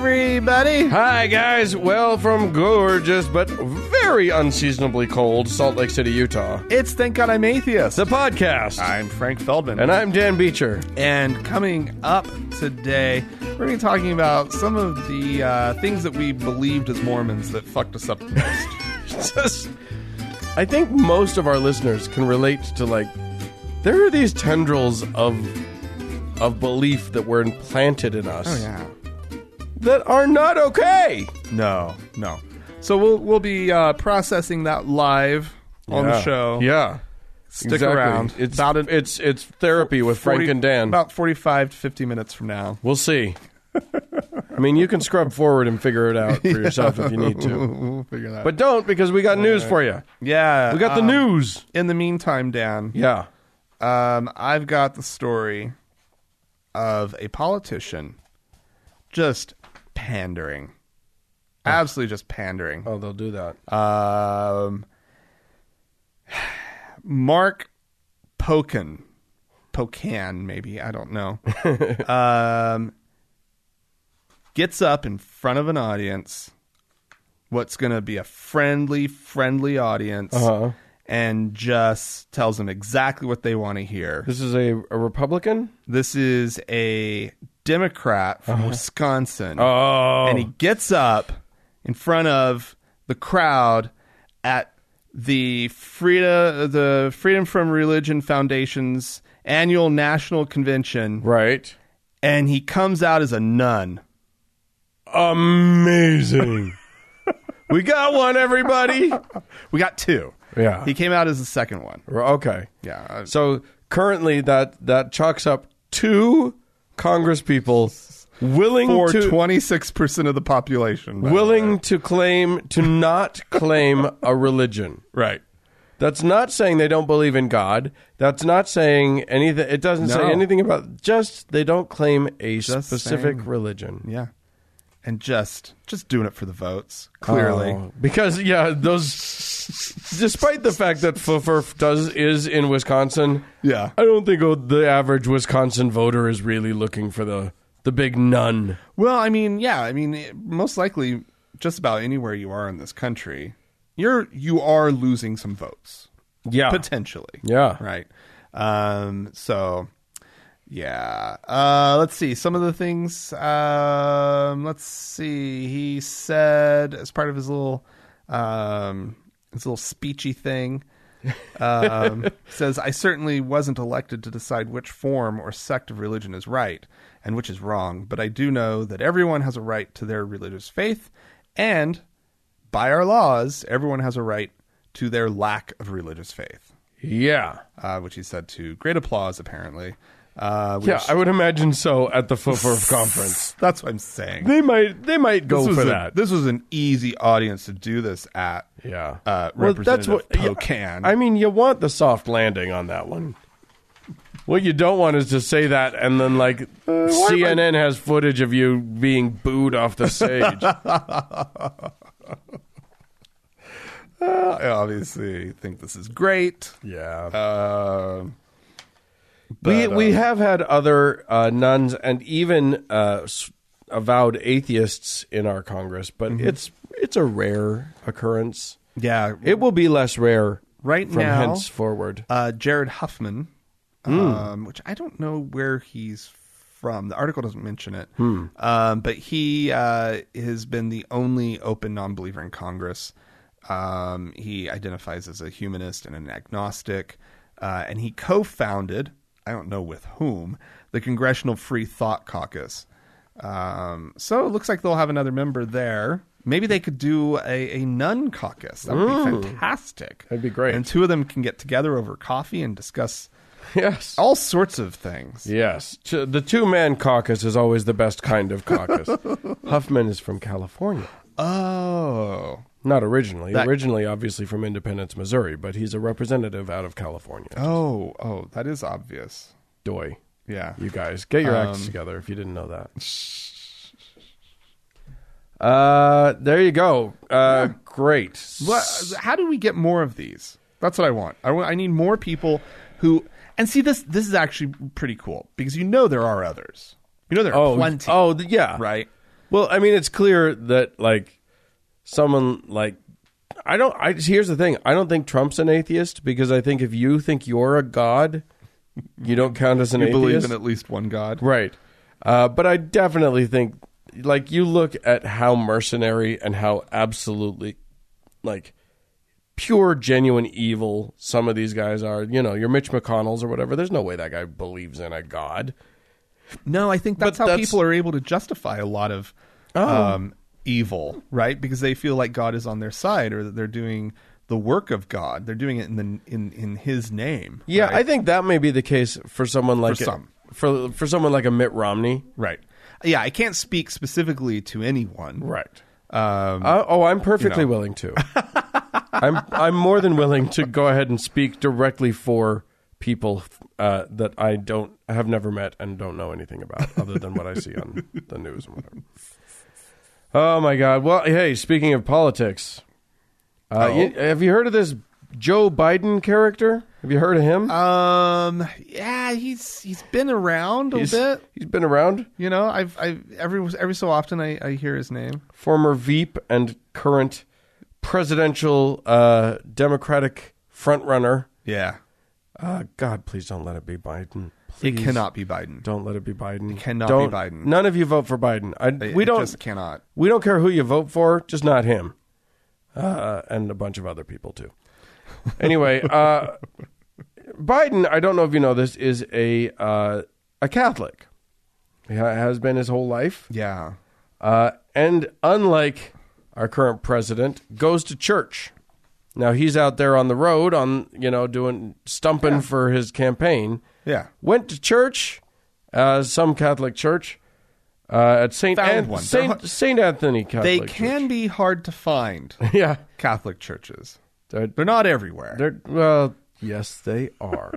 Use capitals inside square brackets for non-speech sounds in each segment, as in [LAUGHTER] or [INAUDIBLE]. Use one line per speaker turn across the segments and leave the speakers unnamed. everybody.
Hi, guys. Well, from gorgeous but very unseasonably cold Salt Lake City, Utah,
It's Thank God I'm Atheist.
the podcast.
I'm Frank Feldman.
and I'm Dan Beecher.
And coming up today, we're going to be talking about some of the uh, things that we believed as Mormons that fucked us up the
[LAUGHS]
most.
Just- I think most of our listeners can relate to like there are these tendrils of of belief that were implanted in us
Oh,
that are not okay.
No, no. So we'll we'll be uh, processing that live on the
Yeah.
show.
Yeah.
Stick
exactly.
around.
It's
about an-
it's it's therapy with
40
Frank and Dan.
About 45 to 50 minutes from now.
We'll see. I mean, you can scrub forward and figure it out for yourself if you need
[LAUGHS]
to.
We'll figure that out.
But don't because we got news for you.
yeah.
We got the
um,
news.
In the meantime, Dan,
Yeah.
um, I've got the story of a politician just pandering. Absolutely just pandering.
Oh, they'll do that.
Um, Mark Pocan, Pocan, maybe I don't know. um, gets up in front of an audience, what's going to be a friendly, friendly audience,
Uh-huh.
and just tells them exactly what they want to hear.
This is a, a Republican?
This is a Democrat from Wisconsin
Uh-huh. Oh.
and he gets up in front of the crowd at the Frida, the Freedom from Religion Foundation's annual national convention,
right.
and he comes out as a nun.
Amazing. [LAUGHS] we got one, everybody.
We got two.
Yeah.
He came out as the second one.
[LAUGHS] okay.
Yeah,
So currently that that chalks up two Congress people willing
for
to
twenty six percent of the population. by the way.
willing to claim to not claim a religion.
right?
That's not saying they don't believe in God. That's not saying anything. It doesn't say
No.
anything about just they don't claim a
Just
specific
saying.
religion.
Yeah, and just just doing it for the votes. Clearly,
Oh, because yeah, those. Despite the fact that FFRF does is in Wisconsin,
yeah.
I don't think oh, the average Wisconsin voter is really looking for the the big nun.
Well, I mean, yeah, I mean, it- most likely, just about anywhere you are in this country, you're you are losing some votes
Yeah,
potentially,
yeah.
right? Um, so, yeah, uh, let's see some of the things. Um, let's see, he said as part of his little um, his little speechy thing. um, says, I certainly wasn't elected to decide which form or sect of religion is right and which is wrong, but I do know that everyone has a right to their religious faith, and by our laws, everyone has a right to their lack of religious faith,
Yeah,
uh, which he said to great applause, apparently. Uh, which-
yeah. I would imagine so at the
[LAUGHS]
FFRF conference.
that's what I'm saying.
They might they might go
This was
for
a-
that.
This was an easy audience to do this at.
Yeah.
Uh, Representative Pocan.
I mean, you want the soft landing on that one. What you don't want is to say that and then, like, CNN has footage of you being booed off the stage.
I obviously think this is great.
[LAUGHS] yeah. Uh,
Um,
we,
but,
we
uh,
have had other uh, nuns and even uh, s- avowed atheists in our Congress, but it's it's a rare occurrence.
yeah,
It will be less rare
Right
from
now-
henceforward.
uh, Jared Huffman, um, which I don't know where he's from. The article doesn't mention it, um, but he uh, has been the only open non-believer in Congress. Um, he identifies as a humanist and an agnostic, uh, and he co-founded. I don't know with whom the Congressional Free Thought Caucus. Um, so it looks like they'll have another member there. Maybe they could do a, a nun caucus. That would be fantastic.
That'd be great.
And two of them can get together over coffee and discuss
Yes.
all sorts of things.
Yes. T- The two man caucus is always the best kind
[LAUGHS]
of caucus. Huffman is from California.
Oh.
Not originally.
That-
originally, obviously, from Independence, Missouri, but he's a representative out of California.
Oh, oh, that is obvious.
Doy.
Yeah.
You guys, get your
Um,
acts together if you didn't know that. Uh, there you go. Uh, great.
What, how do we get more of these? That's what I want. I, want- I need more people who and see this this is actually pretty cool because you know there are others. You know there are
Oh,
plenty,
oh, th- yeah.
right?
Well, I mean, it's clear that like someone like I don't. I here's the thing. I don't think Trump's an atheist because I think if you think you're a god, you don't count as an
You
atheist,
believe in at least one God.
right? Uh, but I definitely think like you look at how mercenary and how absolutely like pure genuine evil some of these guys are. You know, your Mitch McConnell's or whatever. There's no way that guy believes in a god.
No, I think that's
But
how
that's- Oh.
people are able to justify a lot of um, evil, right? Because they feel like God is on their side, or that they're doing the work of God. They're doing it in the in in His name.
Yeah,
right?
I think that may be the case for someone like
For some.
for for someone like a Mitt Romney.
right. Yeah, I can't speak specifically to anyone.
Right.
Um,
Uh, oh, I'm perfectly
You know. [LAUGHS]
willing to. I'm I'm more than willing to go ahead and speak directly for people uh, that I don't have never met and don't know anything about other than what I
[LAUGHS]
see on the news and whatever. Oh my God! Well, hey, speaking of politics, uh,
Oh.
you- have you heard of this Joe Biden character? Have you heard of him?
um, yeah, he's he's been around a
he's,
bit.
he's been around.
You know, I've I every every so often I, I hear his name.
former Veep and current presidential uh, Democratic frontrunner.
Yeah,
Uh, God, please don't let it be Biden.
it
Please
cannot be Biden.
Don't let it be Biden. It
cannot be Biden.
None of you vote for Biden. I,
It-
we
it
don't.
just cannot.
We don't care who you vote for, just not him, uh, and a bunch of other people too.
[LAUGHS]
Anyway, uh, Biden, I don't know if you know this, is a uh, a Catholic. He ha- has been his whole life.
Yeah,
Uh, and unlike our current president, goes to church. Now he's out there on the road, on you know, doing stumping for his campaign.
yeah.
Went to church, uh, some Catholic church, uh, at Saint
Found
An-
one.
Saint
They're-
Saint Anthony Catholic.
They
Church.
can be hard to find.
[LAUGHS] yeah.
Catholic churches.
They're-
They're not everywhere.
They're well, yes, they
[LAUGHS]
are.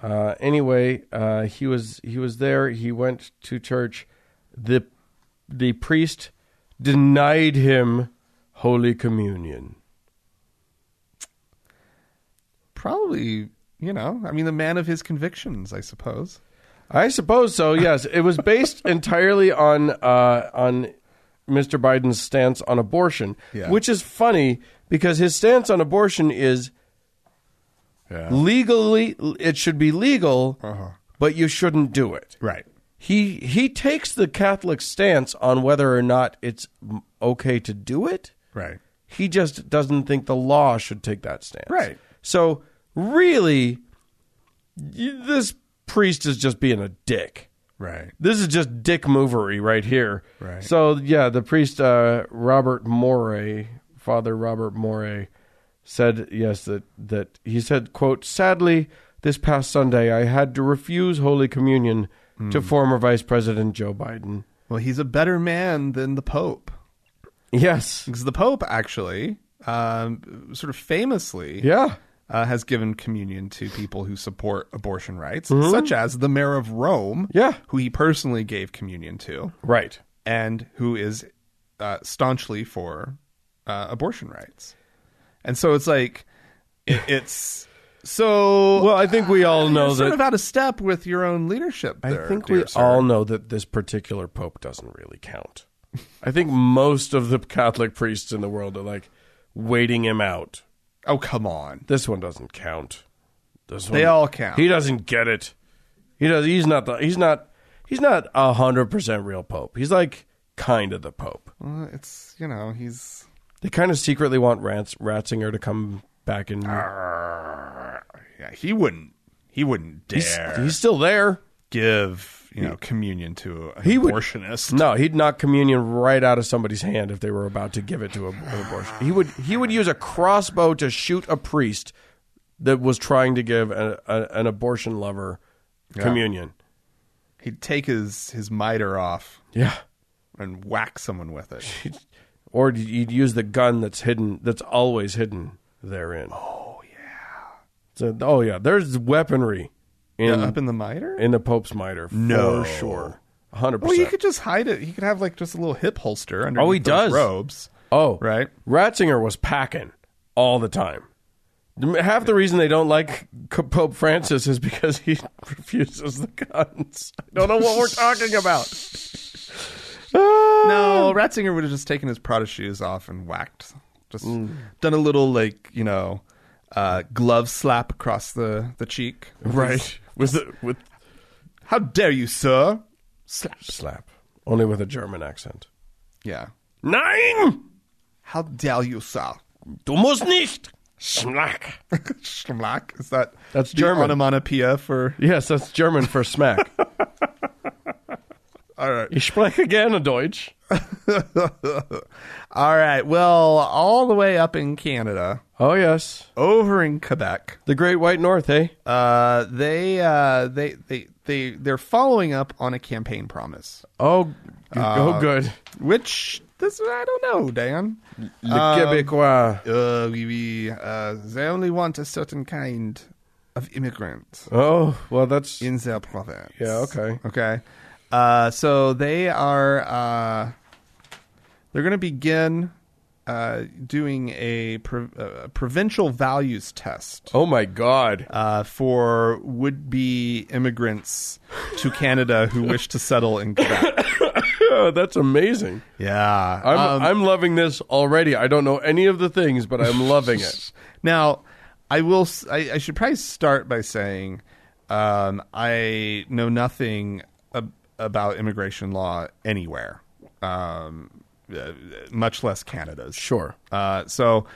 uh, anyway, uh, he was he was there. He went to church. the The priest denied him Holy Communion.
Probably, you know, I mean, the man of his convictions, I suppose.
I suppose so. Yes, it was
[LAUGHS]
based entirely on uh, on Mr. Biden's stance on abortion,
Yeah.
which is funny because his stance on abortion is
Yeah.
legally it should be legal,
Uh-huh.
but you shouldn't do it.
Right.
he he takes the Catholic stance on whether or not it's m- okay to do it.
Right.
He just doesn't think the law should take that stance.
Right.
So really, y- this priest is just being a dick.
Right.
This is just dick movery right here.
Right.
So yeah, the priest uh, Robert Moray, Father Robert Moray, said yes that that he said quote sadly this past Sunday I had to refuse Holy Communion to former Vice President Joe Biden.
Well, he's a better man than the Pope.
Yes.
Because the Pope actually, um, sort of famously,
Yeah.
uh, has given communion to people who support abortion rights, such as the mayor of Rome,
Yeah.
who he personally gave communion to,
Right.
and who is uh, staunchly for uh, abortion rights. And so it's like, it, [LAUGHS] it's so.
Well, I think we all know
You're sort
that.
of out of step with your own leadership.
I
there,
think
dear
we
sir.
all know that this particular pope doesn't really count. I think most of the Catholic priests in the world are like waiting him out.
Oh come on!
This one doesn't count. This one,
They all count.
He doesn't get it. He does. He's not the. He's not. He's not a hundred percent real pope. He's like kind of the pope.
Well, it's you know he's
They kind of secretly want Rats, Ratzinger to come back and
yeah he wouldn't he wouldn't
he's,
dare
he's still there.
give you know communion to an
He would-
abortionist.
No, he'd knock communion right out of somebody's hand if they were about to give it to a, an abortion. He would. He would use a crossbow to shoot a priest that was trying to give a, a, an abortion lover communion.
He'd take his his mitre off
Yeah.
and whack someone with it.
or you'd use the gun that's hidden that's always hidden therein oh yeah so, oh yeah there's weaponry in
Up in the mitre?
in the pope's mitre
No.
for sure 100%
Well, you could just hide it. He could have like just a little hip holster under
he does.
robes.
oh
Right.
ratzinger was packing all the time half the reason they don't like C- pope francis is because he [LAUGHS] refuses the guns i don't know what we're talking about
no, Ratzinger would have just taken his Prada shoes off and whacked, just
Mm.
done a little like you know, uh, glove slap across the the cheek.
Right. With the, with
How dare you, sir? Slap.
slap. Only with a German accent.
Yeah.
Nein!
How dare you, sir? [LAUGHS]
Du musst nicht! Schmack!
Schmack. Is that
That's
the
German.
onomatopoeia for?
Yes, that's German for smack.
All right.
[LAUGHS] ich spreche gerne Deutsch.
All right. Well, all the way up in Canada,
Oh, yes.
over in Quebec,
The Great White North, eh?
uh, they uh, they they they they're following up on a campaign promise,
Oh, oh good.
which this I don't know, Dan.
Le Québécois.
Uh, we, we uh, they only want a certain kind of immigrant
Oh, well, that's.
in their province.
Yeah, okay.
Okay. Uh, so they are uh, they're going to begin uh, doing a pro- uh, provincial values test
Oh, my God. [LAUGHS]
uh, for would-be immigrants to Canada who wish to settle in
[LAUGHS]
Quebec.
Oh, that's amazing.
yeah.
I'm,
Um,
I'm loving this already. I don't know any of the things, but I'm loving it.
Now, I will. s- I, I should probably start by saying um, I know nothing ab- about immigration law anywhere, um, uh, much less Canada's.
[LAUGHS] Sure.
Uh, so,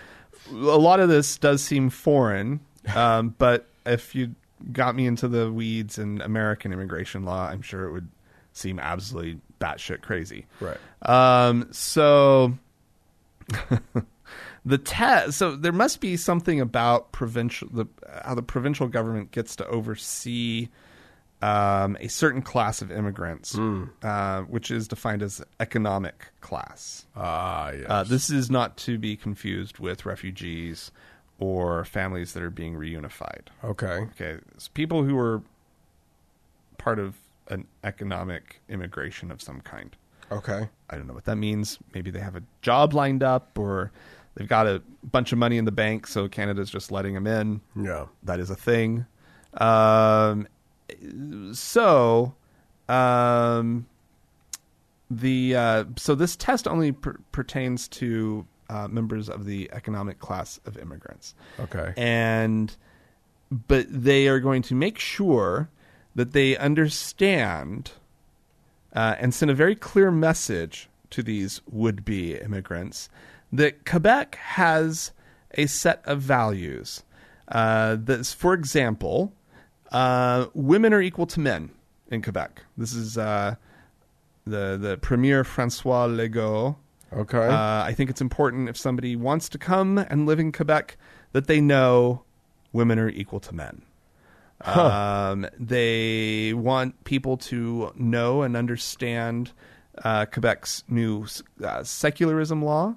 a lot of this does seem foreign, um, [LAUGHS] but if you got me into the weeds in American immigration law, I'm sure it would seem absolutely batshit crazy.
Right.
Um, so [LAUGHS] the test. So there must be something about provincial the how the provincial government gets to oversee um, a certain class of immigrants, uh, which is defined as economic class.
Ah, yeah.
Uh, this is not to be confused with refugees or families that are being reunified.
okay.
Okay, it's people who are part of an economic immigration of some kind.
Okay.
I don't know what that means. Maybe they have a job lined up or they've got a bunch of money in the bank, so Canada's just letting them in.
Yeah.
That is a thing. Um, so, um, the uh, so this test only per- pertains to uh, members of the economic class of immigrants
Okay.
and but they are going to make sure that they understand uh, and send a very clear message to these would-be immigrants that Quebec has a set of values. Uh, that's, for example, uh, women are equal to men in Quebec. This is uh, the the premier Francois Legault
okay.
uh, I think it's important if somebody wants to come and live in Quebec that they know women are equal to men. Um, they want people to know and understand uh, Quebec's new s- uh, secularism law,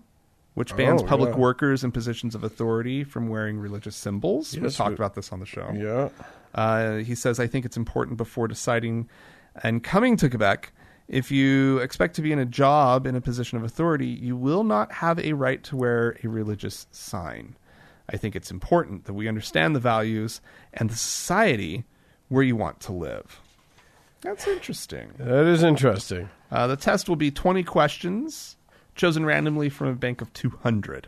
which bans
Oh,
public
yeah.
workers in positions of authority from wearing religious symbols. we
Yes,
talked
we-
about this on the show.
yeah.
Uh, he says, I think it's important before deciding and coming to Quebec. If you expect to be in a job in a position of authority, you will not have a right to wear a religious sign. I think it's important that we understand the values and the society where you want to live. That's interesting.
That is interesting.
Uh, the test will be 20 questions chosen randomly from a bank of 200.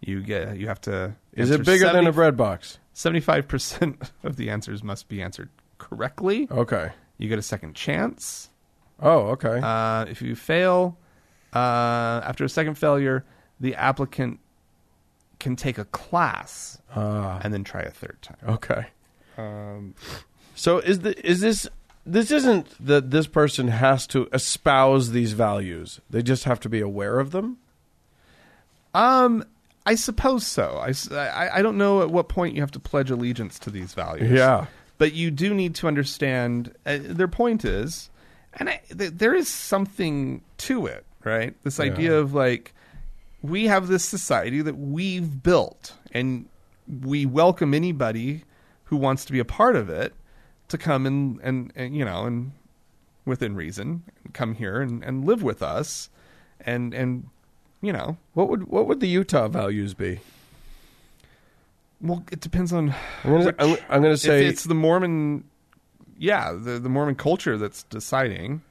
You get you have to
Is
answer
it bigger than
70
a bread box?
75% of the answers must be answered correctly.
Okay.
You get a second chance.
Oh, okay.
Uh, if you fail, uh, after a second failure, the applicant can take a class
Ah,
and then try a third time.
okay.
Um,
so is the is this this isn't that this person has to espouse these values. They just have to be aware of them.
Um, I suppose so. I, s- I- I don't know at what point you have to pledge allegiance to these values.
Yeah.
But you do need to understand uh, their point is, and I, th- there is something to it, right? This idea of like, we have this society that we've built, and we welcome anybody who wants to be a part of it to come and, and, and you know, and within reason, come here and, and live with us and, and, you know,
What would what would the Utah values be?
Well, it depends on
I'm gonna,
which-
I'm, I'm gonna
if
say
it's the Mormon, yeah, the, the Mormon culture that's deciding.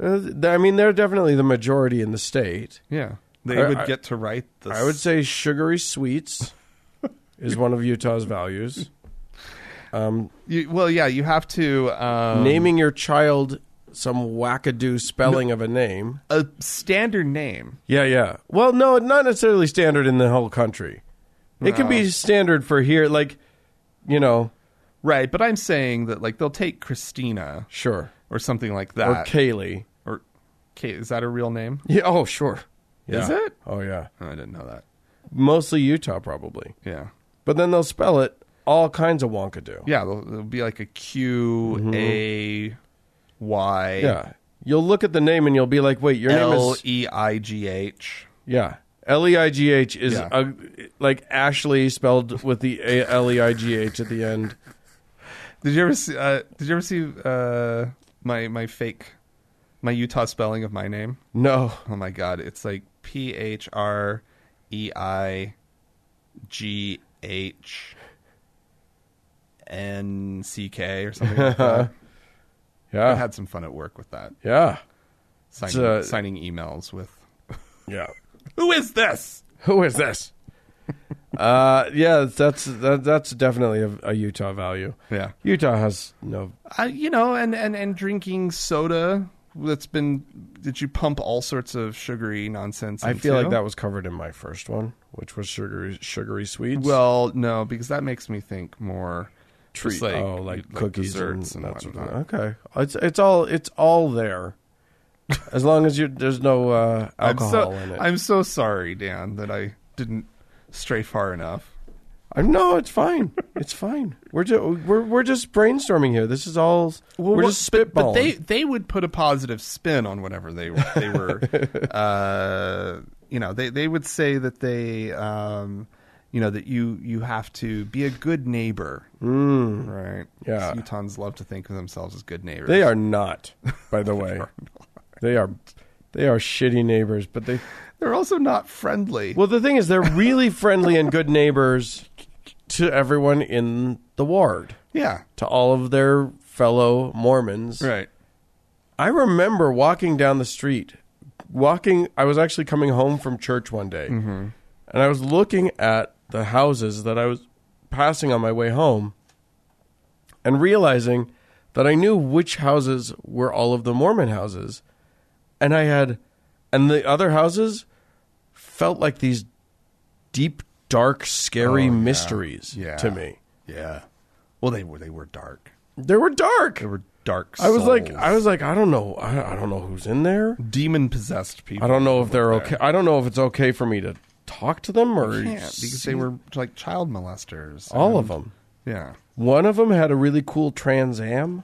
Uh, th- I mean, they're definitely the majority in the state.
Yeah. They
I-
would
I-
get to write the.
I would say
[LAUGHS]
sugary sweets is one of Utah's values. Um,
You, well, yeah, you have to um,
naming your child some wackadoo spelling of a name.
a standard name.
Yeah, yeah. Well, no, not necessarily standard in the whole country. It can be standard for here, like, you know,
Right, but I'm saying that like they'll take Christina
sure.
or something like
Or
that.
Kaylee.
Or Kate, is that a real name?
Yeah, oh, sure.
Is
Yeah.
it?
Oh, yeah.
Oh, I didn't know that.
Mostly Utah, probably.
Yeah.
But then they'll spell it all kinds of wonkadoo.
Yeah, it'll, it'll be like a Q A Y
Mm-hmm. Yeah. You'll look at the name and you'll be like, wait, your name
L
is.
E I G H.
Yeah. L E I G H is
Yeah.
uh, like Ashley spelled with the A- L E I G H at the end.
Did you ever see? Uh, did you ever see uh, my my fake my Utah spelling of my name?
No.
Oh my god, it's like P H R E I G H N C K or something. like that. I
Yeah.
had some fun at work with that,
Yeah.
signing,
uh,
signing emails with.
Yeah.
Who is this?
[LAUGHS] Who is this? uh, yeah, that's that, that's definitely a, a Utah value.
Yeah,
Utah has no.
uh, you know, and and and drinking soda that's been that you pump all sorts of sugary nonsense.
I feel
into.
like that was covered in my first one, which was sugary sugary sweets.
Well, no, because that makes me think more
treat
just like,
oh, like, cookies
desserts and,
and, that sort
whatnot.
of thing. Okay, it's it's all it's all there, as long as you there's no [LAUGHS] uh,
I'm
alcohol
so,
in it.
I'm so sorry, Dan, that I didn't stray far enough.
I'm- no, it's fine. It's fine. We're just we're we're just brainstorming here. This is all we're just spitballing.
But they they would put a positive spin on whatever they were. They [LAUGHS] were, uh, you know, they they would say that they, um, you know, that you you have to be a good neighbor,
Mm.
right?
Yeah.
Utahns love to think of themselves as good neighbors.
They are not, by the way. they are they are shitty neighbors, but they
They're also not friendly.
Well, the thing is they're really friendly and good neighbors to everyone in the ward,
yeah.
to all of their fellow Mormons.
Right.
I remember walking down the street, walking I was actually coming home from church one day.
Mm-hmm.
And I was looking at the houses that I was passing on my way home and realizing that I knew which houses were all of the Mormon houses. And I had, and the other houses felt like these deep, dark, scary mysteries
Oh, Yeah.
to me.
Yeah. Well, they were they were dark.
They were dark.
They were dark.
I was like,
souls.
I was like, I don't know, I, I don't know who's in there.
demon possessed people.
I don't know if they're
there.
okay. I don't know if it's okay for me to talk to them or
Yeah, because they
see-
were like child molesters.
all of them.
Yeah.
One of them had a really cool Trans Am,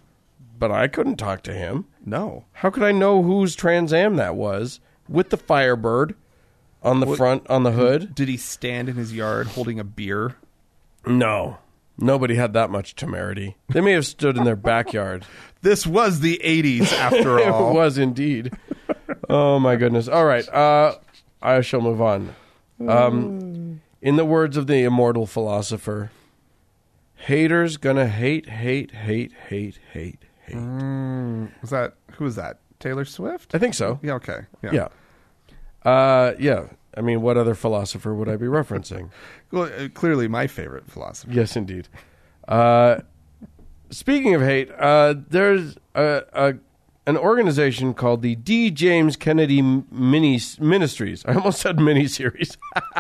but I couldn't talk to him.
No.
How could I know whose Trans Am that was with the Firebird on the front on the hood?
Did he stand in his yard holding a beer?
No. Nobody had that much temerity. They may have stood in their backyard.
This was the [LAUGHS] 80s after
It
all.
was indeed. Oh my goodness. All right. Uh, I shall move on. Um, in the words of the immortal philosopher, haters gonna hate, hate, hate, hate, hate, hate.
Was that who was that? Taylor Swift?
I think so.
Yeah, okay. Yeah.
Yeah. Uh, yeah. I mean, what other philosopher would I be referencing?
Well, uh, clearly my favorite philosopher.
yes, indeed. Uh, speaking of hate, uh, there's a, a an organization called the D. James Kennedy Mini Ministries. I almost said miniseries. [LAUGHS]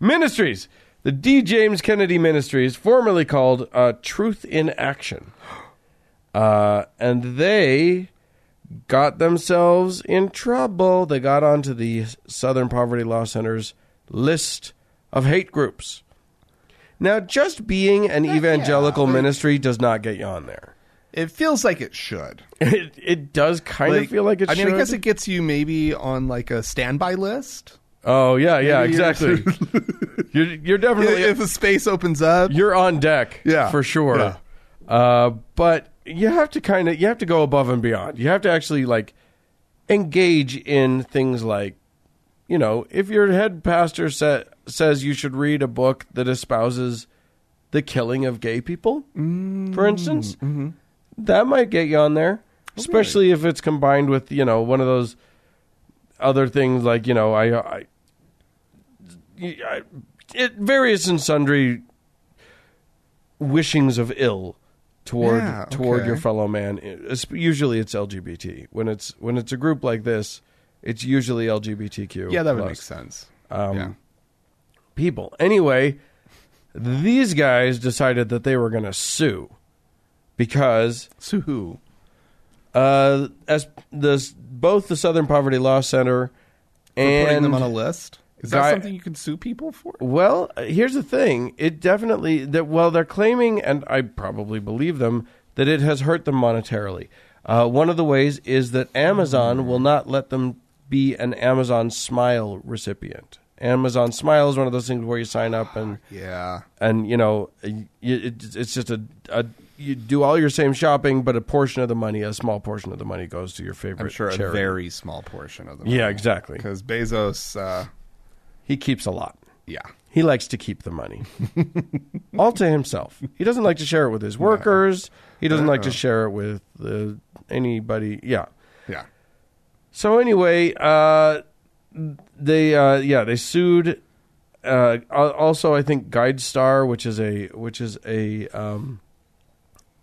Ministries. The D. James Kennedy Ministries, formerly called uh, Truth in Action. [GASPS] Uh, and they got themselves in trouble. They got onto the Southern Poverty Law Center's list of hate groups. Now, just being an evangelical ministry does not get you on there. [LAUGHS]
It feels like it should.
It, it does kind of feel like it
I
should.
mean, I guess it gets you maybe on like a standby list.
oh, yeah, yeah,
Maybe you're-
exactly.
[LAUGHS]
you're, you're definitely.
if a space opens up.
you're on deck
Yeah,
for sure
yeah.
uh, but you have to kind of you have to go above and beyond you have to actually like engage in things like you know if your head pastor sa- says you should read a book that espouses
Mm. Oh,
the killing of gay people for instance that might get you on there especially if it's combined with you know one of those other things like you know I, I, I it various and sundry wishings of ill toward
Yeah,
toward
okay.
your fellow man. It's- Usually it's LGBT when it's when it's a group like this. It's usually LGBTQ.
Yeah, that would
plus
make sense.
Um,
yeah.
People. Anyway, these guys decided that they were going to sue because
So who?
uh, as the both the Southern Poverty Law Center
For putting
and
them on a list? Is that
Guy-
something you can sue people for?
well, here's the thing: it definitely that well they're claiming, and I probably believe them that it has hurt them monetarily. Uh, one of the ways is that Amazon will not let them be an Amazon Smile recipient. Amazon Smile is one of those things where you sign up and
Yeah.
and you know y- it, it's just a, a you do all your same shopping, but a portion of the money, a small portion of the money, goes to your favorite.
I'm sure a
charity.
very small portion of them.
Yeah, exactly.
Because Bezos, uh,
He keeps a lot.
yeah.
He likes to keep the money all to himself. He doesn't like to share it with his workers. He doesn't like to share it with uh, anybody. Yeah.
Yeah.
So anyway, uh, they uh, yeah they sued. Uh, al- also, I think GuideStar, which is a which is a um,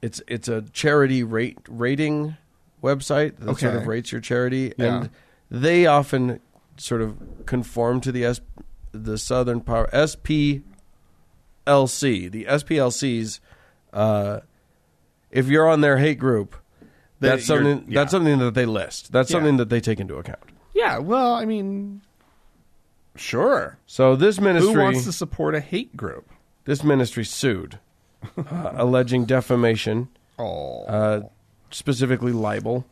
it's it's a charity rate rating website that sort
Okay.
of rates your charity,
Yeah.
and they often sort of conform to the S the Southern Power SPLC. The SPLCs, uh, if you're on their hate group,
They-
that's
you're-
something
yeah.
that's something that they list. That's
Yeah.
something that they take into account.
Yeah. Uh, Well, I mean, sure.
So this
Who
ministry,
wants to support a hate group?
this ministry
[LAUGHS]
sued, uh, alleging defamation,
Oh,
uh, specifically libel.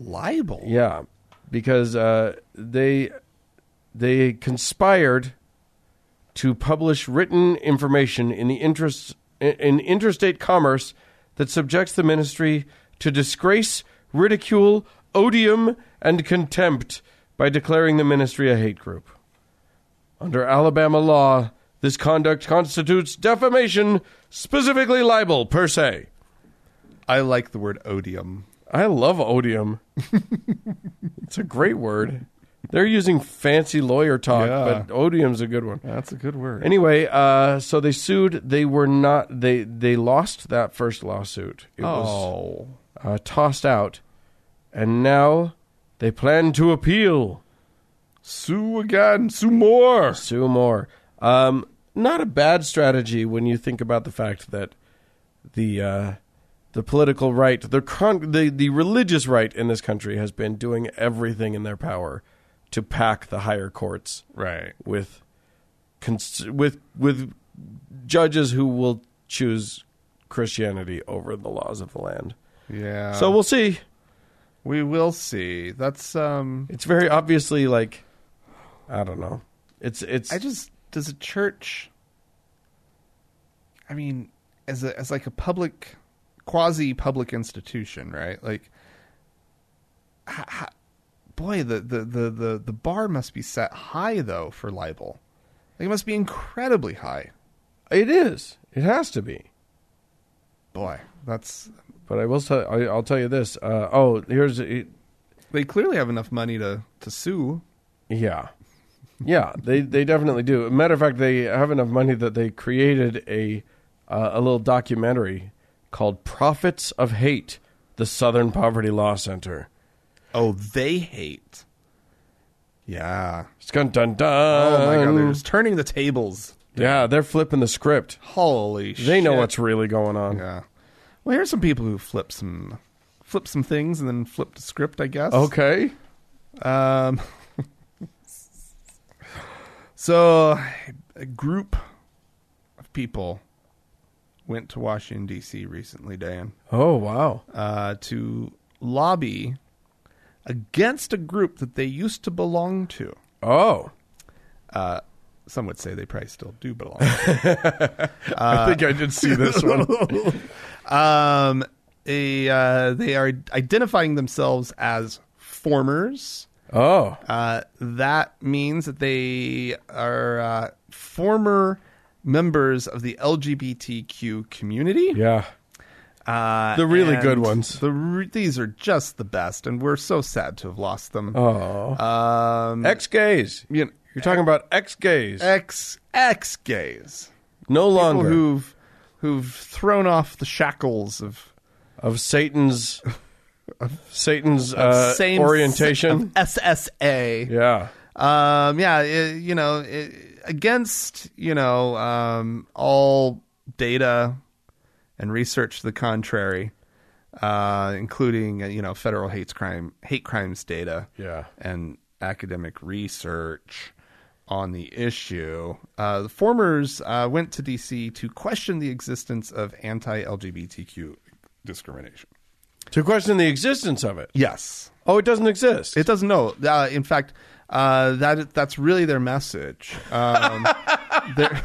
libel.
Yeah, because uh, they they conspired to publish written information in the interest in interstate commerce that subjects the ministry to disgrace, ridicule, odium, and contempt by declaring the ministry a hate group. Under Alabama law, this conduct constitutes defamation, specifically libel per se.
I like the word odium.
I love
[LAUGHS]
odium. it's a great word. They're using fancy lawyer talk,
Yeah.
but odium's a good one.
That's a good word.
Anyway, uh, so they sued. They were not. They they lost that first lawsuit. It was
oh,
uh, tossed out, and now they plan to appeal,
sue again, sue more.
sue more. Um, not a bad strategy when you think about the fact that the uh, the political right, the, con- the the religious right in this country has been doing everything in their power to pack the higher courts
Right.
with cons- with with judges who will choose Christianity over the laws of the land.
Yeah.
so we'll see.
we will see. That's um.
It's very obviously like I don't know. It's it's
I just does a church. I mean, as a as like a public, quasi public institution, right? Like, ha, ha, boy, the, the the the the bar must be set high though for libel. Like, it must be incredibly high.
it is. It has to be.
Boy, that's
But I will tell I, I'll tell you this. Uh, oh, here's it,
they clearly have enough money to to sue.
Yeah. Yeah, they they definitely do. Matter of fact, they have enough money that they created a uh, a little documentary called "Prophets of Hate: The Southern Poverty Law Center."
Oh, they hate. Uh, Yeah.
Dun dun dun.
Oh my god, they're just turning the tables.
yeah, they're flipping the script.
Holy shit.
They know what's really going on.
Yeah. Well, here's some people who flip some flip some things and then flip the script, I guess.
Okay.
Um [LAUGHS] So, a group of people went to Washington D.C. recently, Dan,
Oh wow.
uh, to lobby against a group that they used to belong to.
Oh,
Uh, some would say they probably still do belong. Uh,
I think I did see
[LAUGHS]
this one.
um, a, uh, they are identifying themselves as formers.
oh,
Uh, that means that they are uh, former members of the LGBTQ community.
yeah.
Uh,
The really good
and
ones.
The re- these are just the best, and we're so sad to have lost them.
Oh,
Um,
ex gays.
you know,
You're talking about ex gays.
ex ex gays,
No
people
longer
who've who've thrown off the shackles of
of Satan's Satan's uh,
same [LAUGHS]
orientation.
of SSA.
yeah.
um, yeah, i you know, i against you know um, all data and research to the contrary, uh, including uh, you know federal hate crime hate crimes data,
Yeah.
and academic research on the issue. Uh, the formers uh, went to DC to question the existence of anti-LGBTQ discrimination.
To question the existence of it.
Yes,
Oh, it doesn't exist.
it doesn't know. Uh, in fact, uh, that that's really their message. Um, [LAUGHS] they're-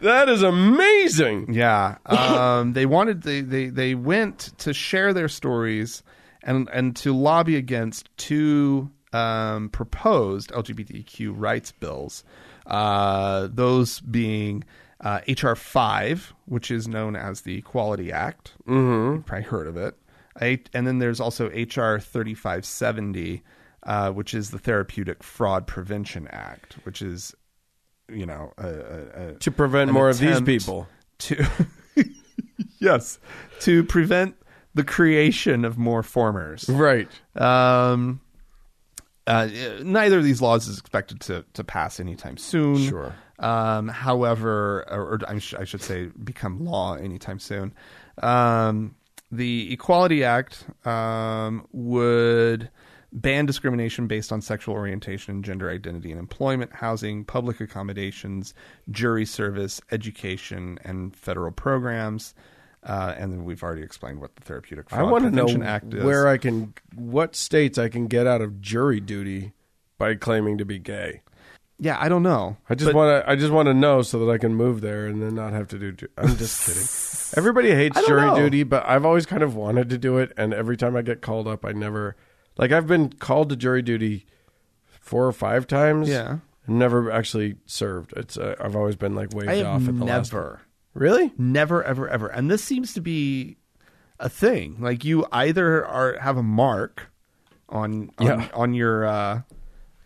that is amazing.
yeah, um, they wanted they, they they went to share their stories and and to lobby against two um, proposed LGBTQ rights bills. Uh, those being uh, HR five, which is known as the Equality Act. Mm-hmm. You've probably heard of it. I, and then there's also HR thirty five seventy. Uh, which is the Therapeutic Fraud Prevention Act, which is, you know, a, a, a
To prevent
an
more of these
attempt
people.
to [LAUGHS] yes to prevent the creation of more formers
Right.
um uh, neither of these laws is expected to, to pass anytime soon.
Sure.
Um, however, or, or I, sh- I should say, become law anytime soon. Um, the Equality Act um, would ban discrimination based on sexual orientation, gender identity, and employment, housing, public accommodations, jury service, education, and federal programs. Uh, and then we've already explained what the Therapeutic
I
Fraud
want to know
Prevention Act is.
where I can, what states I can get out of jury duty by claiming to be gay.
yeah, I don't know.
I just want to. I just want to know so that I can move there and then not have to do. ju-
[LAUGHS]
I'm just kidding. Everybody hates
I don't
jury
know.
duty, but I've always kind of wanted to do it. And every time I get called up, I never like I've been called to jury duty four or five times.
Yeah.
and never actually served. It's uh, I've always been like waved
I have
off at the last.
never,
Really?
never, ever, ever. And this seems to be a thing. Like you either are have a mark on on,
Yeah.
on your uh,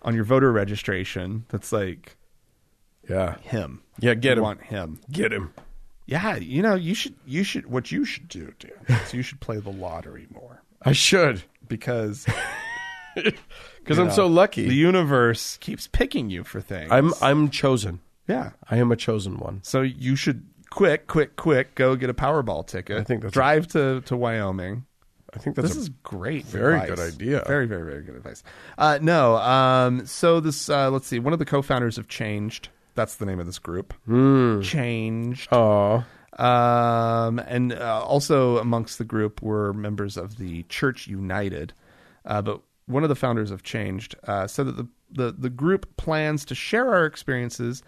on your voter registration that's like
Yeah.
him.
Yeah. Get
You
him.
want him.
Get him.
Yeah, you know you should you should what you should do, Dan, is you should play the lottery more
I should [LAUGHS]
because
because
You
I'm
know,
so
the
lucky.
universe keeps picking you for things.
I'm I'm chosen.
yeah.
I am a chosen one.
So you should quick, quick, quick go get a Powerball ticket.
I think that's-
drive to to Wyoming.
I think that's
this
a-
is great.
very
advice.
good idea.
Very, very, very good advice. Uh, no, um, so this. Uh, let's see. One of the co-founders of Changed. That's the name of this group.
Hmm.
Changed.
Aw.
Um, and uh, also amongst the group were members of the Church United. Uh, but one of the founders of Changed uh, said that the, the, the group plans to share our experiences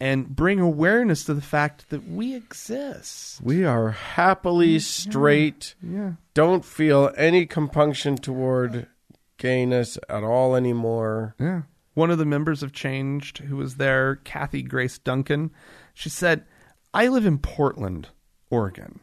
and bring awareness to the fact that we exist.
We are happily straight.
Yeah.
Don't feel any compunction toward gayness at all anymore.
Yeah. One of the members of Changed who was there, Kathy Grace Duncan, she said, I live in Portland, Oregon,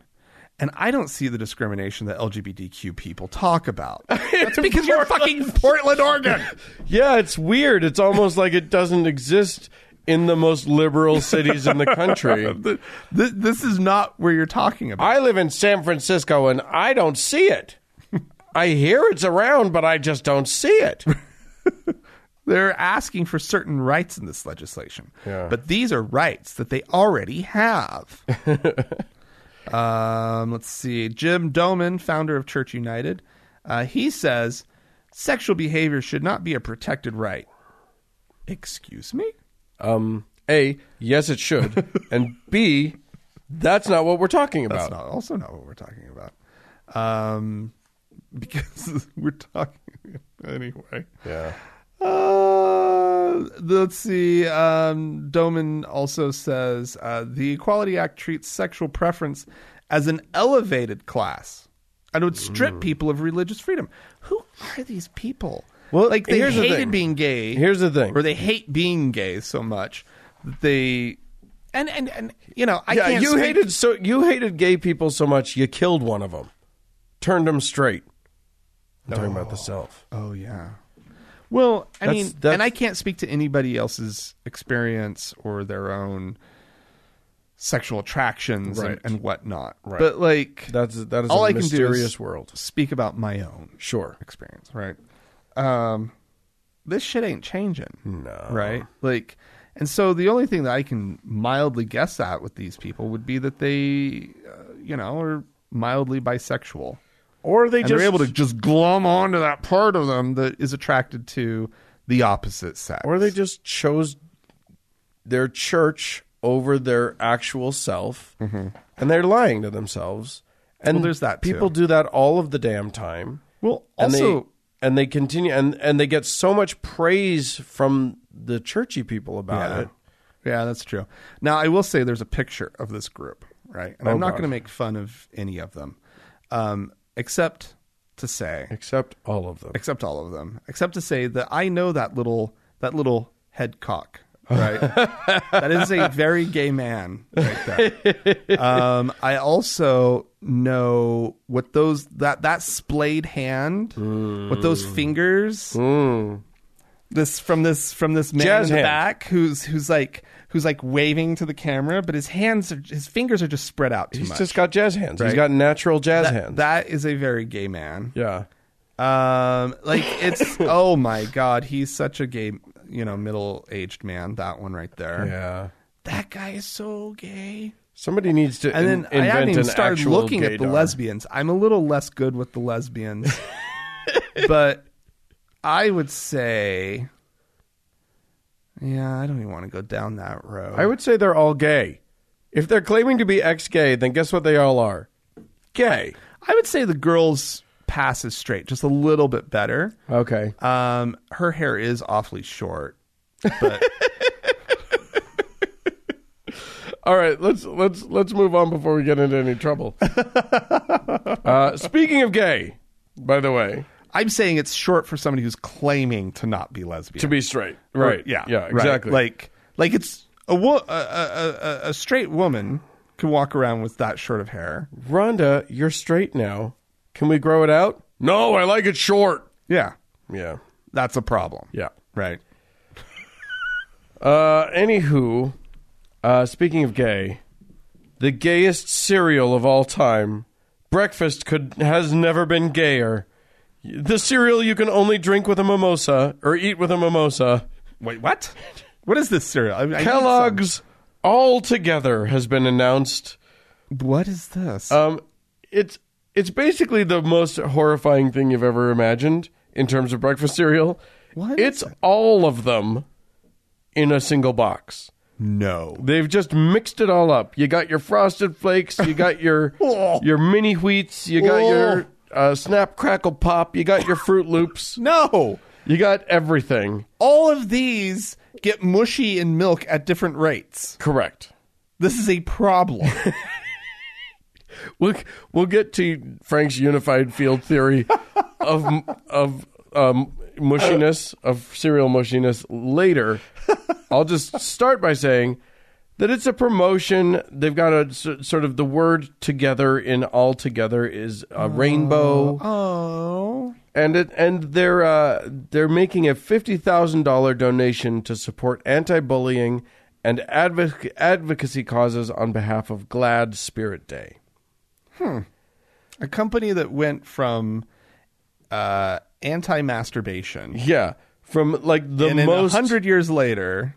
and I don't see the discrimination that LGBTQ people talk [LAUGHS] about. That's because you're fucking Portland, Oregon.
[LAUGHS] Yeah, it's weird. It's almost like it doesn't exist in the most liberal cities in the country.
Th- th- this is not where you're talking about.
[LAUGHS] I live in San Francisco and I don't see it. I hear it's around, but I just don't see it.
They're asking for certain rights in this legislation.
Yeah.
But these are rights that they already have. um, let's see. Jim Doman, founder of Church United, uh, he says sexual behavior should not be a protected right. Excuse me?
[LAUGHS] Um, A, yes, it should. And B, that's not what we're talking about.
That's not also not what we're talking about. Um, [LAUGHS] because we're talking [LAUGHS] anyway.
yeah.
Uh, let's see. Um, Doman also says uh, the Equality Act treats sexual preference as an elevated class and would
Mm.
strip people of religious freedom. Who are these people?
Well,
like they
here's the
hated
thing.
being gay,
Here's the thing.
or they hate being gay so much that they and and and you know, I
yeah,
can't.
you
speak-
hated so you hated gay people so much you killed one of them, turned him straight. I'm talking about the self.
Oh yeah. Well, I
That's-
mean,
that's-
and I can't speak to anybody else's experience or their own sexual attractions
Right.
and, and whatnot.
Right.
But like,
That's that is
all
a
I can do
mysterious
is
world.
speak about my own
Sure.
experience, right? Um, this shit ain't changing,
No.
right? Like, and so the only thing that I can mildly guess at with these people would be that they, uh, you know, are mildly bisexual
Or they
and
just
they're able to just glom onto that part of them that is attracted to the opposite sex.
or they just chose their church over their actual self and they're lying to themselves. And
Mm-hmm. Well, there's that, too.
people do that all of the damn time.
well
and
also
they, and they continue and, and they get so much praise from the churchy people about
yeah,
it.
yeah, that's true. Now I will say there's a picture of this group, right? And I'm not
God.
going to make fun of any of them, um, except to say,
Except all of them.
except all of them, except to say that I know that little that little head
[LAUGHS]
cock. Right, that is a very gay man right there. Um, I also know what those that that splayed hand,
Hmm.
what those fingers, this from this from this man
Jazz
in the
hand.
back who's who's like who's like waving to the camera, but his hands are, his fingers are just spread out too
He's
much.
just got jazz hands. He's
Right.
got natural jazz hands.
that is a very gay man.
yeah.
Um, like
[LAUGHS]
it's oh my god, he's such a gay, you know, middle aged man. That one right there.
Yeah.
That guy is so gay.
Somebody needs to
And
in-
then I haven't
invent
even
an
started
actual
looking at the
gaydar.
lesbians. I'm a little less good with the
[LAUGHS]
lesbians, but I would say, yeah, I don't even want to go down that road.
I would say they're all gay. If they're claiming to be ex-gay, then guess what they all are? Gay.
I would say the girls passes straight, just a little bit better.
Okay.
Um, her hair is awfully short, but.
All right. Let's let's let's move on before we get into
[LAUGHS]
any trouble. uh, speaking of gay, by the way,
I'm saying it's short for somebody who's claiming to not be lesbian.
to be straight,
Or-
right?
Yeah.
Yeah.
right.
Exactly.
Like, like it's a, wo- a, a, a, a straight woman can walk around with that short of hair.
Rhonda, you're straight now. Can we grow it out? No, I like it short.
Yeah.
Yeah.
That's a problem.
Yeah.
Right.
Uh, anywho, uh, speaking of gay, the gayest cereal of all time, breakfast could has never been gayer. The cereal you can only drink with a mimosa or eat with a mimosa.
Wait, what? What is this cereal? I mean, I need
Kellogg's All Together has been announced.
some- What is this?
Um, it's it's basically the most horrifying thing you've ever imagined in terms of breakfast cereal.
What is
It's all of them in a single box.
no.
They've just mixed it all up. You got your frosted flakes, you got your
[LAUGHS] Oh.
your mini wheats, you got
Oh.
your uh, snap crackle pop, you got your fruit loops,
No.
you got everything.
All of these get mushy in milk at different rates.
Correct.
This is a
[LAUGHS]
problem.
We'll we'll get to Frank's unified
[LAUGHS]
field theory of of um, mushiness of cereal mushiness later. I'll just start by saying that it's a promotion. They've got a s- sort of the word together in all together is a rainbow.
oh.
and it and they're uh, they're making a fifty thousand dollar donation to support anti-bullying and advoc- advocacy causes on behalf of Glad Spirit Day.
a company that went from uh, anti-masturbation
Yeah, from like the
and then a
most
hundred years later,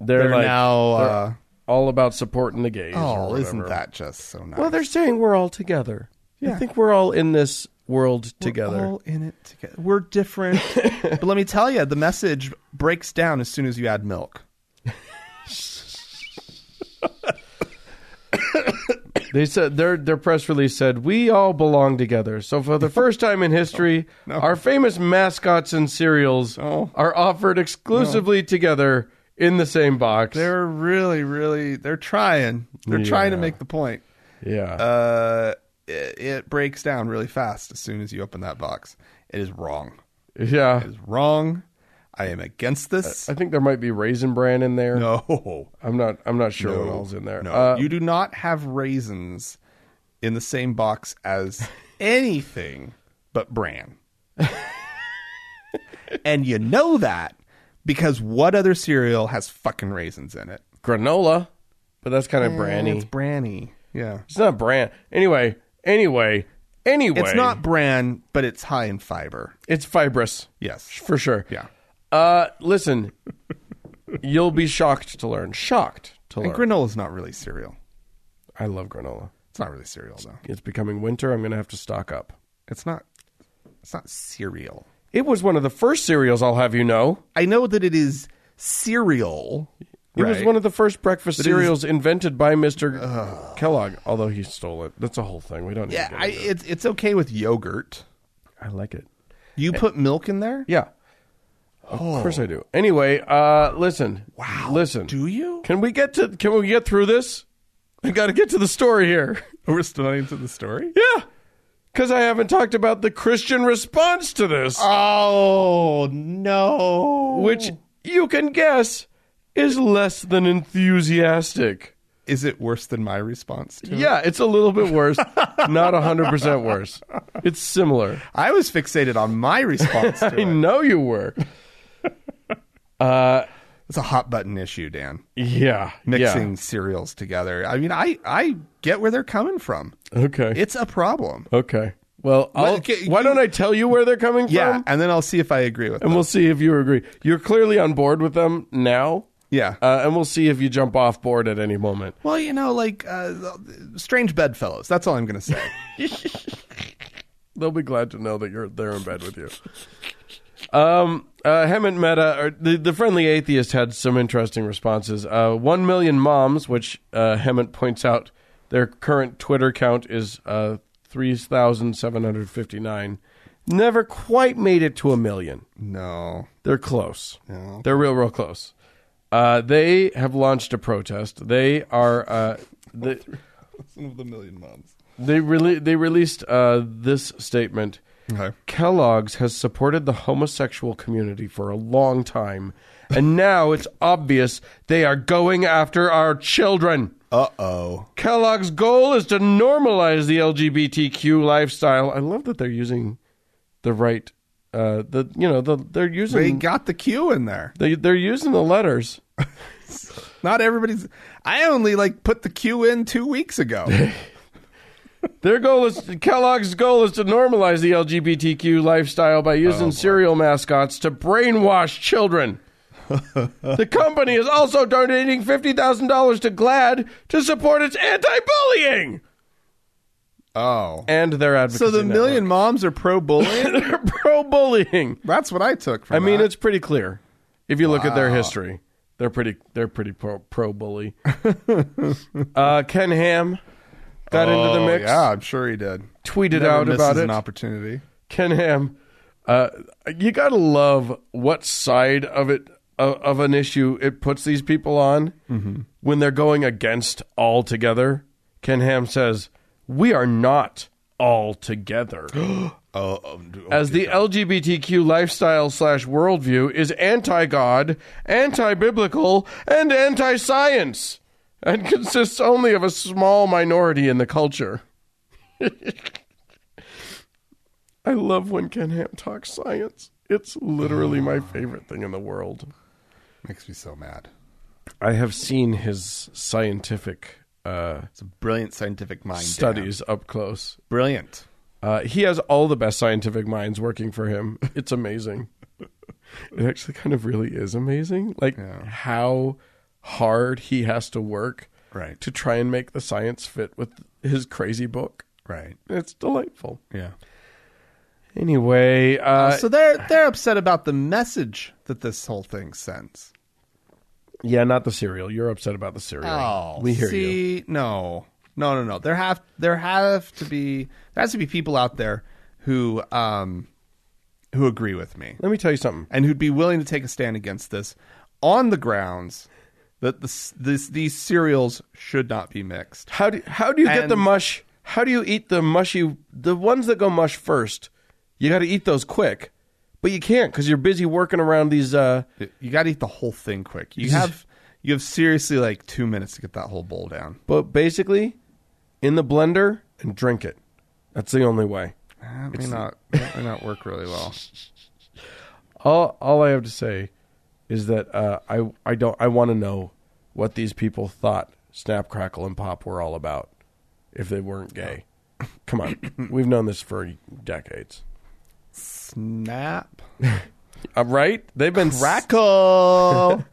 they're,
they're
like
now. Uh,
all about supporting the gays. or
oh,
whatever.
isn't that just so nice?
Well, they're saying we're all together. I
Yeah.
think we're all in this world together.
all in it together. We're [LAUGHS] different, but let me tell you, the message breaks down as soon as you add milk.
They said their their press release said we all belong together.
[LAUGHS]
So for the first time in history, our famous mascots and cereals
No.
are offered exclusively together in the same box.
They're really, really. They're trying. They're trying to
Yeah.
make the point.
yeah.
Uh, it, it breaks down really fast as soon as you open that box. It is wrong.
yeah.
It is wrong. I am against this.
I think there might be raisin bran in
uh, [LAUGHS]
there.
no.
I'm not. I'm not sure what
No.
all's in there.
No,
Uh,
you do not have raisins in the same box
[LAUGHS]
as anything but bran. and you know that because what other cereal has fucking raisins in it?
granola, but that's kind of branny.
It's
It's,
branny. Yeah.
not bran. Anyway, anyway, anyway.
It's not bran, but it's high in fiber.
It's fibrous
Yes.
for sure.
Yeah.
Uh, listen, you'll be shocked to learn. Shocked to learn.
And granola's not really cereal.
I love granola.
It's not really cereal though.
It's becoming winter. I'm gonna have to stock up.
It's not it's not cereal.
It was one of the first cereals. I'll have you know.
I know that it is cereal.
It was
right?
one of the first breakfast cereals invented by Mr. Kellogg, although he stole it. That's a whole thing. We don't need
Yeah,
to get
I,
into it.
it's it's okay with yogurt.
I like it.
You put milk in there?
Yeah. Of
Oh.
course I do. Anyway, uh listen. Wow. Listen.
Do you? [LAUGHS]
Can we get to can we get through this? I got to get to the story here. [LAUGHS]
We're still not into the story.
Yeah. Cuz I haven't talked about the Christian response to this,
Oh no!
which you can guess is less than enthusiastic.
is it worse than my response to? it?
Yeah, it's a little bit worse, not 100% worse. It's similar.
I was fixated on my response. [LAUGHS] to
I
it.
know you were.
It's a hot button issue, Dan.
Yeah.
Mixing cereals together. I mean, I I get where they're coming from.
Yeah. Okay.
It's a problem.
okay. Well, I'll,
ca-
why don't I tell you where they're coming
Yeah,
from?
and then I'll see if I agree with.
And
them.
we'll see if you agree. You're clearly on board with them now.
Yeah.
Uh, and we'll see if you jump off board at any moment.
well, you know, like uh, strange bedfellows. That's all I'm going to say. [LAUGHS]
They'll be glad to know that you're they're in bed with you. Um, uh, Hemant Mehta, or the, the friendly atheist, had some interesting responses. Uh, One million moms, which uh, Hemant points out, their current Twitter count is uh, three thousand seven hundred fifty nine. Never quite made it to a million.
no.
They're close.
No.
They're real, real close. Uh, they have launched a protest. They are. Uh, the,
Some of the million moms.
they really they released uh, this statement.
Okay.
Kellogg's has supported the homosexual community for a long time, and [LAUGHS] now it's obvious they are going after our children.
Uh oh.
Kellogg's goal is to normalize the LGBTQ lifestyle. I love that they're using the right, uh, the you know the they're
They
using
got the Q in there.
they, they're using the letters.
Not everybody's. I only like put the Q in two weeks [LAUGHS] ago.
Their goal is Kellogg's goal is to normalize the LGBTQ lifestyle by
Oh,
using cereal mascots to brainwash
[LAUGHS]
children. the company is also donating fifty thousand dollars to GLAD to support its anti-bullying
oh.
and their advocacy.
So the
network.
million moms are pro [LAUGHS] bullying?
[LAUGHS] they're pro-bullying.
That's what I took from
I mean,
that.
it's pretty clear if you look at their history. They're pretty. They're pretty pro, pro-bully. [LAUGHS] uh, Ken Ham got into the
Oh,
mix.
Yeah, I'm sure he did.
Tweeted
Never
out
misses
about it.
an opportunity.
Ken Ham, uh, you gotta love what side of it of, of an issue it puts these people on when they're going against all together. Ken Ham says, "We are not all together." [GASPS]
Oh, oh, d- oh,
As the LGBTQ lifestyle slash worldview is anti God, anti biblical, and anti science, and [LAUGHS] consists only of a small minority in the culture. [LAUGHS] I love when Ken Ham talks science. It's literally my favorite thing in the world.
makes me so mad.
I have seen his scientific uh,
It's a brilliant scientific mind. Dan.
studies up close.
Brilliant.
Uh, he has all the best scientific minds working for [LAUGHS] him. It's amazing. it actually kind of really is amazing. Like how hard he has to work
Right.
to try and make the science fit with his crazy book.
Right.
It's delightful.
Yeah.
Anyway, uh,
so they're they're upset about the message that this whole thing sends.
yeah, not the cereal. You're upset about the cereal. we hear you.
Oh, see, No, no, no, no. There have there have to be there has to be people out there who um who agree with me
Let me tell you something.
and who'd be willing to take a stand against this on the grounds that this, this these cereals should not be mixed.
How do how do you get
And-
the mush? How do you eat the mushy the ones that go mush first? You got to eat those quick. but you can't because you're busy working around these. Uh,
You got to eat the whole thing quick. You have you have seriously like two minutes to get that whole bowl down.
but basically, in the blender and drink it. That's the only way.
That may
[LAUGHS]
not that may not work really well.
All all I have to say is that uh, I I don't I want to know what these people thought Snap Crackle and Pop were all about if they weren't gay. [LAUGHS] Come on, we've known this for decades,
Snap,
uh, right? They've been
crackle.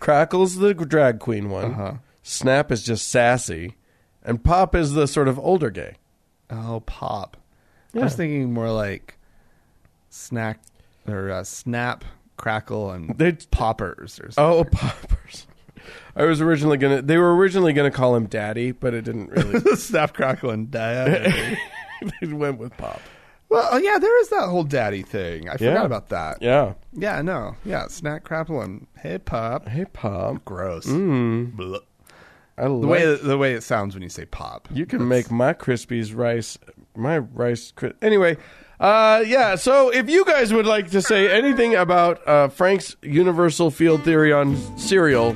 Crackle's the drag queen one. Snap is just sassy, and Pop is the sort of older gay.
oh, pop. I was thinking more like snack or uh, snap, crackle, and
They
poppers or something.
oh [LAUGHS] poppers. I was originally gonna. They were originally gonna call him Daddy, but it didn't really.
[LAUGHS]
[LAUGHS]
snap, crackle, and daddy.
they went with Pop.
well, oh, yeah, there is that whole daddy thing. I
Yeah.
forgot about that.
Yeah.
Yeah, no, yeah, snack, crackle, and hey, pop.
Hey, Pop.
Gross.
Mm.
Blah.
I love
The way the way it sounds when you say pop.
You can make my Krispies rice, my rice. Cri- anyway, uh, yeah. So if you guys would like to say anything about uh, Frank's universal field theory on cereal,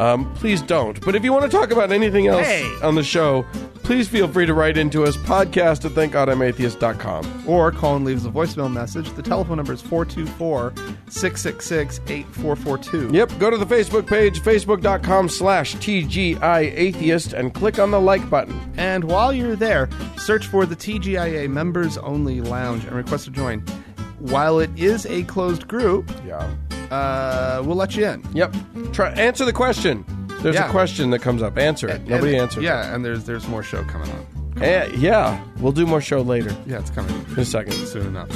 um, please don't. But if you want to talk about anything else
Hey.
on the show, please feel free to write into us podcast at thankgodimatheist.com.
Or Colin leaves a voicemail message. The telephone number is 424 666 8442.
Yep, go to the Facebook page, facebook.com slash TGI Atheist, and click on the like button.
And while you're there, search for the TGIA Members Only Lounge and request to join. While it is a closed group,
Yeah.
uh, we'll let you in.
Yep. Try answer the question. There's
Yeah.
a question that comes up. Answer it. Nobody
And-
answered.
Yeah, and there's there's more show coming on.
Eh, yeah. We'll do more show later.
Yeah, it's coming
In a second.
soon enough.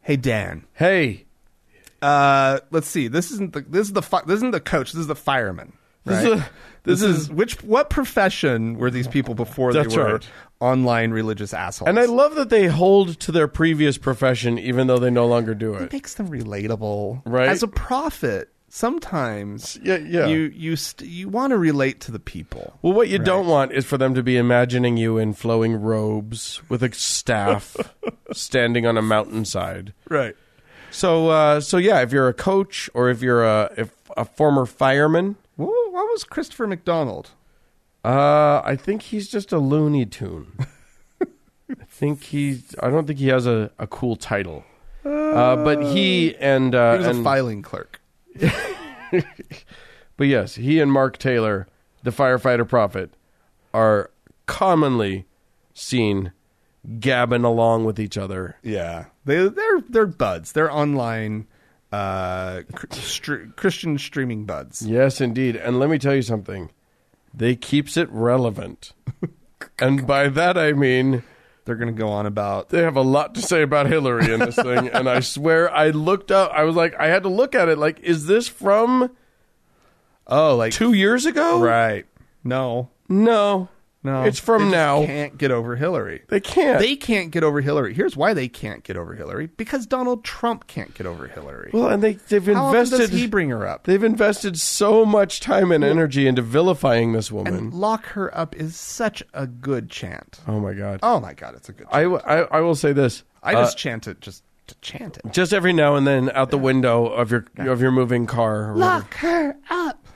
Hey Dan,
Hey,
Uh, let's see. This isn't the this is the fi- this isn't the coach. This is the fireman.
This
Right?
is
This,
a-
is, which what profession were these people before
That's
they were
right.
online religious assholes?
and I love that they hold to their previous profession even though they no longer do
it
it.
makes them relatable,
Right.
As a prophet, sometimes
Yeah, yeah.
you you st- you want to relate to the people.
Well, what you don't want is for them to be imagining you in flowing robes with a [LAUGHS] staff standing on a mountainside.
Right.
So, uh, so yeah, if you're a coach or if you're a if a former fireman,
What, what was Christopher McDonald?
uh, I think he's just a Looney
[LAUGHS]
Tune. I think he. I don't think he has a, a cool title. Uh, but he and uh,
He was a
and-
filing clerk.
But yes, he and Mark Taylor, the firefighter prophet, are commonly seen gabbing along with each other.
Yeah, they they're they're buds. They're online uh, cr- str- Christian streaming buds.
Yes, indeed. And let me tell you something. They keeps it
[LAUGHS]
relevant. and by that I mean
They're gonna go on about
they have a lot to say about Hillary in this thing and I swear I looked up I was like I had to look at it like is this from
oh like
2 years ago?
right no
No.
no
It's from
They just
now.
can't get over Hillary
They can't.
they can't get over Hillary here's why they can't get over Hillary because Donald Trump can't get over Hillary
well, and they they've
how
invested
often does he bring her up
They've invested so much time and energy into vilifying this woman.
and lock her up is such a good chant
oh my god!
oh my god it's a good chant.
I, w- I I will say this.
I just chant it just to chant it
Uh, just every now and then out the window of your of your moving car. Or whatever.
lock her up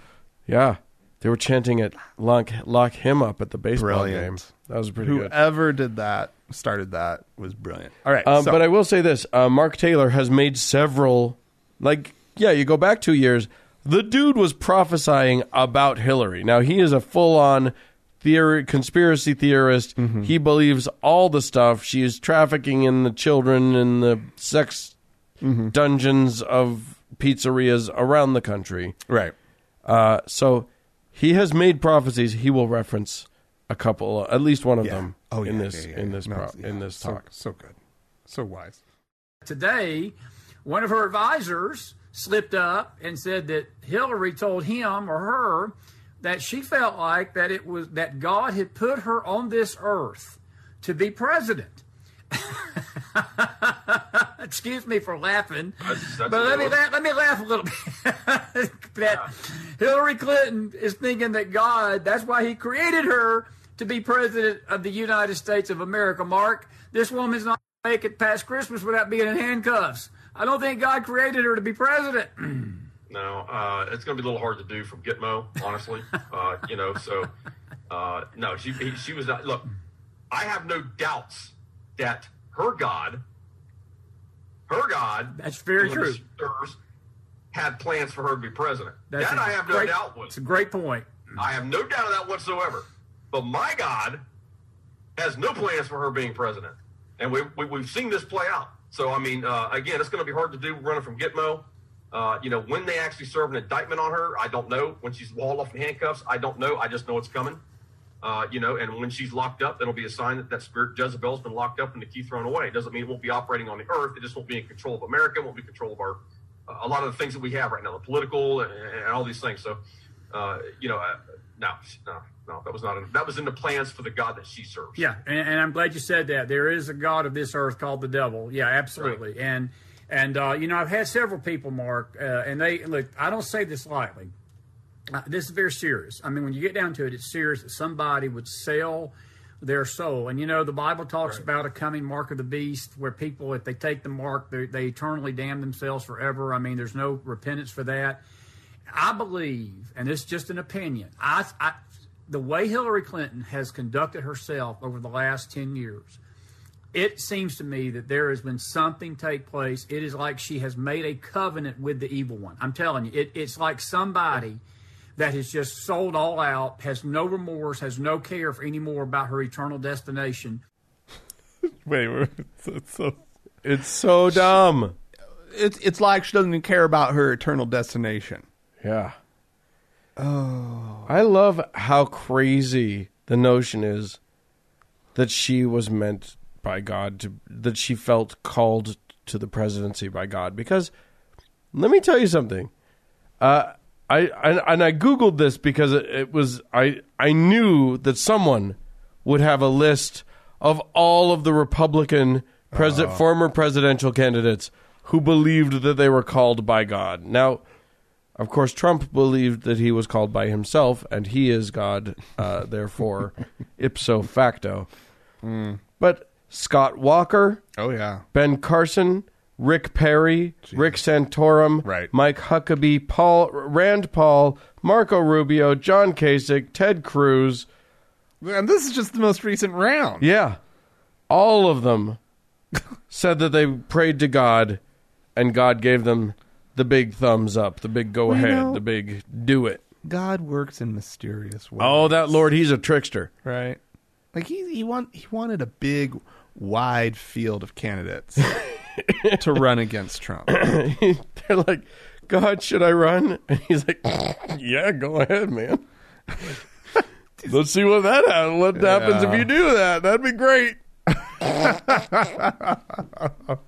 Yeah, they were chanting it. Lock lock him up at the baseball
Brilliant.
game. That was pretty good.
whoever did that started that was brilliant all right
Um,
so-
But I will say this: uh, Mark Taylor has made several. Like, yeah, you go back two years. The dude was prophesying about Hillary. Now he is a full-on theory conspiracy theorist.
Mm-hmm.
He believes all the stuff. She is trafficking in the children in the sex
Mm-hmm.
dungeons of pizzerias around the country.
right
Uh, so he has made prophecies. He will reference a couple, at least one of
yeah
them,
oh yeah,
in this
yeah, yeah,
in
yeah.
this
No,
pro-
yeah,
in this
so-
talk.
so good so wise
Today, one of her advisors slipped up and said that Hillary told him or her that she felt like that it was that God had put her on this earth to be president. [LAUGHS] Excuse me for laughing,
That's- that's
but let me
good.
laugh, let me laugh a little bit. [LAUGHS] that Hillary Clinton is thinking that God. That's why He created her to be president of the United States of America. Mark, this woman's not gonna make it past Christmas without being in handcuffs. I don't think God created her to be president. [CLEARS THROAT]
No, uh, it's going to be a little hard to do from Gitmo,
[LAUGHS]
honestly. uh, you know, so uh, no, she he- she was not. Look, I have no doubts that her God, her God,
That's very
who
true.
serves, had plans for her to be president.
That's
that
a
I have no
great-
doubt was.
It's a great point.
I have no doubt of that whatsoever. But my God has no plans for her being president. And we, we, we've seen this play out. So, I mean, uh, again, it's going to be hard to do running from Gitmo. Uh, you know, when they actually serve an indictment on her, I don't know. When she's walled off in handcuffs, I don't know. I just know it's coming. Uh, you know, and when she's locked up, that'll be a sign that that spirit Jezebel's been locked up and the key thrown away. It doesn't mean it won't be operating on the earth. It just won't be in control of America. It won't be in control of our uh, a lot of the things that we have right now, the political and, and all these things. So, uh, you know, uh, no, no, no, that was not in, that was in the plans for the God that she serves.
Yeah, and, and I'm glad you said that. There is a god of this earth called the devil. Yeah, absolutely. And and uh, you know, I've had several people, Mark, uh, and they look. I don't say this lightly. Uh, this is very serious. I mean, when you get down to it, it's serious that somebody would sell their soul. And you know, the Bible talks about a coming mark of the beast, where people, if they take the mark, they, they eternally damn themselves forever. I mean, there's no repentance for that. I believe, and it's just an opinion. I, I, the way Hillary Clinton has conducted herself over the last ten years, it seems to me that there has been something take place. It is like she has made a covenant with the evil one. I'm telling you, it, it's like somebody that has just sold all out, has no remorse, has no care for anymore about her eternal destination.
Wait, wait, [LAUGHS] it's, it's so
It's so dumb.
it's it's like she doesn't even care about her eternal destination.
Yeah. Oh. I love how crazy the notion is that she was meant by God to that she felt called to the presidency by God because let me tell you something. Uh I, I and I googled this because it, it was I I knew that someone would have a list of all of the Republican president former presidential candidates who believed that they were called by God. Now, of course, Trump believed that he was called by himself, and he is God, uh, therefore, ipso facto. But Scott Walker,
Oh yeah,
Ben Carson, Rick Perry, Rick Santorum,
Right.
Mike Huckabee, Paul Rand Paul, Marco Rubio, John Kasich, Ted Cruz,
and this is just the most recent round.
yeah, all of them said that they prayed to God, and God gave them the big thumbs up, the big go ahead,
know-
the big do it.
God works in mysterious ways.
Oh, that Lord, he's a trickster.
right. Like he he want he wanted a big, wide field of [LAUGHS] candidates to run against Trump.
[LAUGHS] They're like, God, should I run? And he's like, Yeah, go ahead, man. [LAUGHS] Let's see what that happens. What happens if
Yeah.
you do that? That'd be great.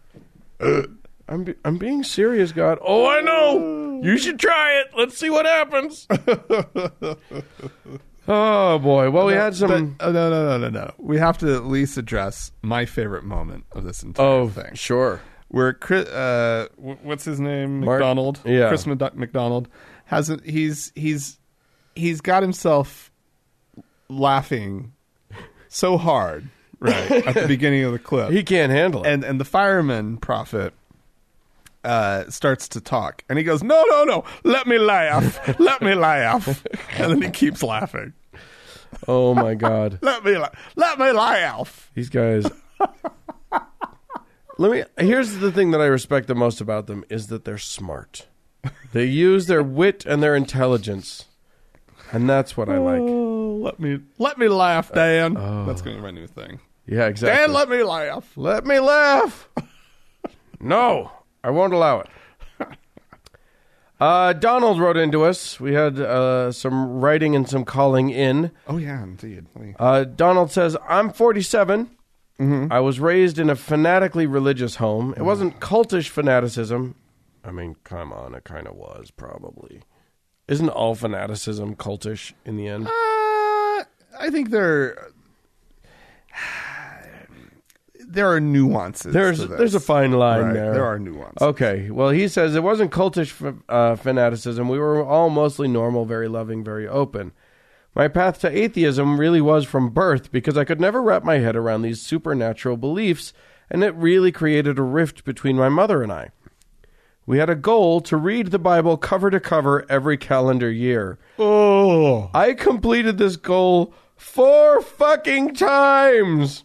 [LAUGHS] I'm be- I'm being serious, God. Oh, I know. You should try it. Let's see what
[LAUGHS]
happens. oh boy. Well, we had some.
But, oh, no, no, no, no, no. We have to at least address my favorite moment of this entire
oh,
thing.
sure.
where Chris, uh, wh- what's his name,
Mark-
McDonald,
yeah.
Chris Mc- McDonald, has a, he's he's he's got himself laughing so hard right at
[LAUGHS]
the beginning of the clip,
He can't handle it.
and and the fireman prophet. Uh, starts to talk and he goes, No, no, no, let me laugh, let me
[LAUGHS]
laugh. And then he keeps laughing,
oh my God.
Let me laugh, let me laugh.
These guys. Let me. Here's the thing that I respect the most about them is that they're smart. They use their wit and their intelligence, and that's what I like.
Oh, let me, let me laugh, Dan.
Oh.
That's gonna be my new thing.
Yeah, exactly.
Dan, let me laugh.
Let me laugh. no, I won't allow it. Uh, Donald wrote into us. We had uh, some writing and some calling in.
Oh yeah, indeed. Let me-
Uh, Donald says, I'm 47. I was raised in a fanatically religious home. It wasn't cultish fanaticism. I mean, come on, it kind of was, probably. Isn't all fanaticism cultish in the end?
Uh, I think they're [SIGHS] there are nuances.
There's
to this.
there's a fine line
Right,
there.
There are nuances.
Okay. Well, he says it wasn't cultish f- uh, fanaticism. We were all mostly normal, very loving, very open. My path to atheism really was from birth because I could never wrap my head around these supernatural beliefs, and it really created a rift between my mother and I. We had a goal to read the Bible cover to cover every calendar year.
Oh,
I completed this goal four fucking times.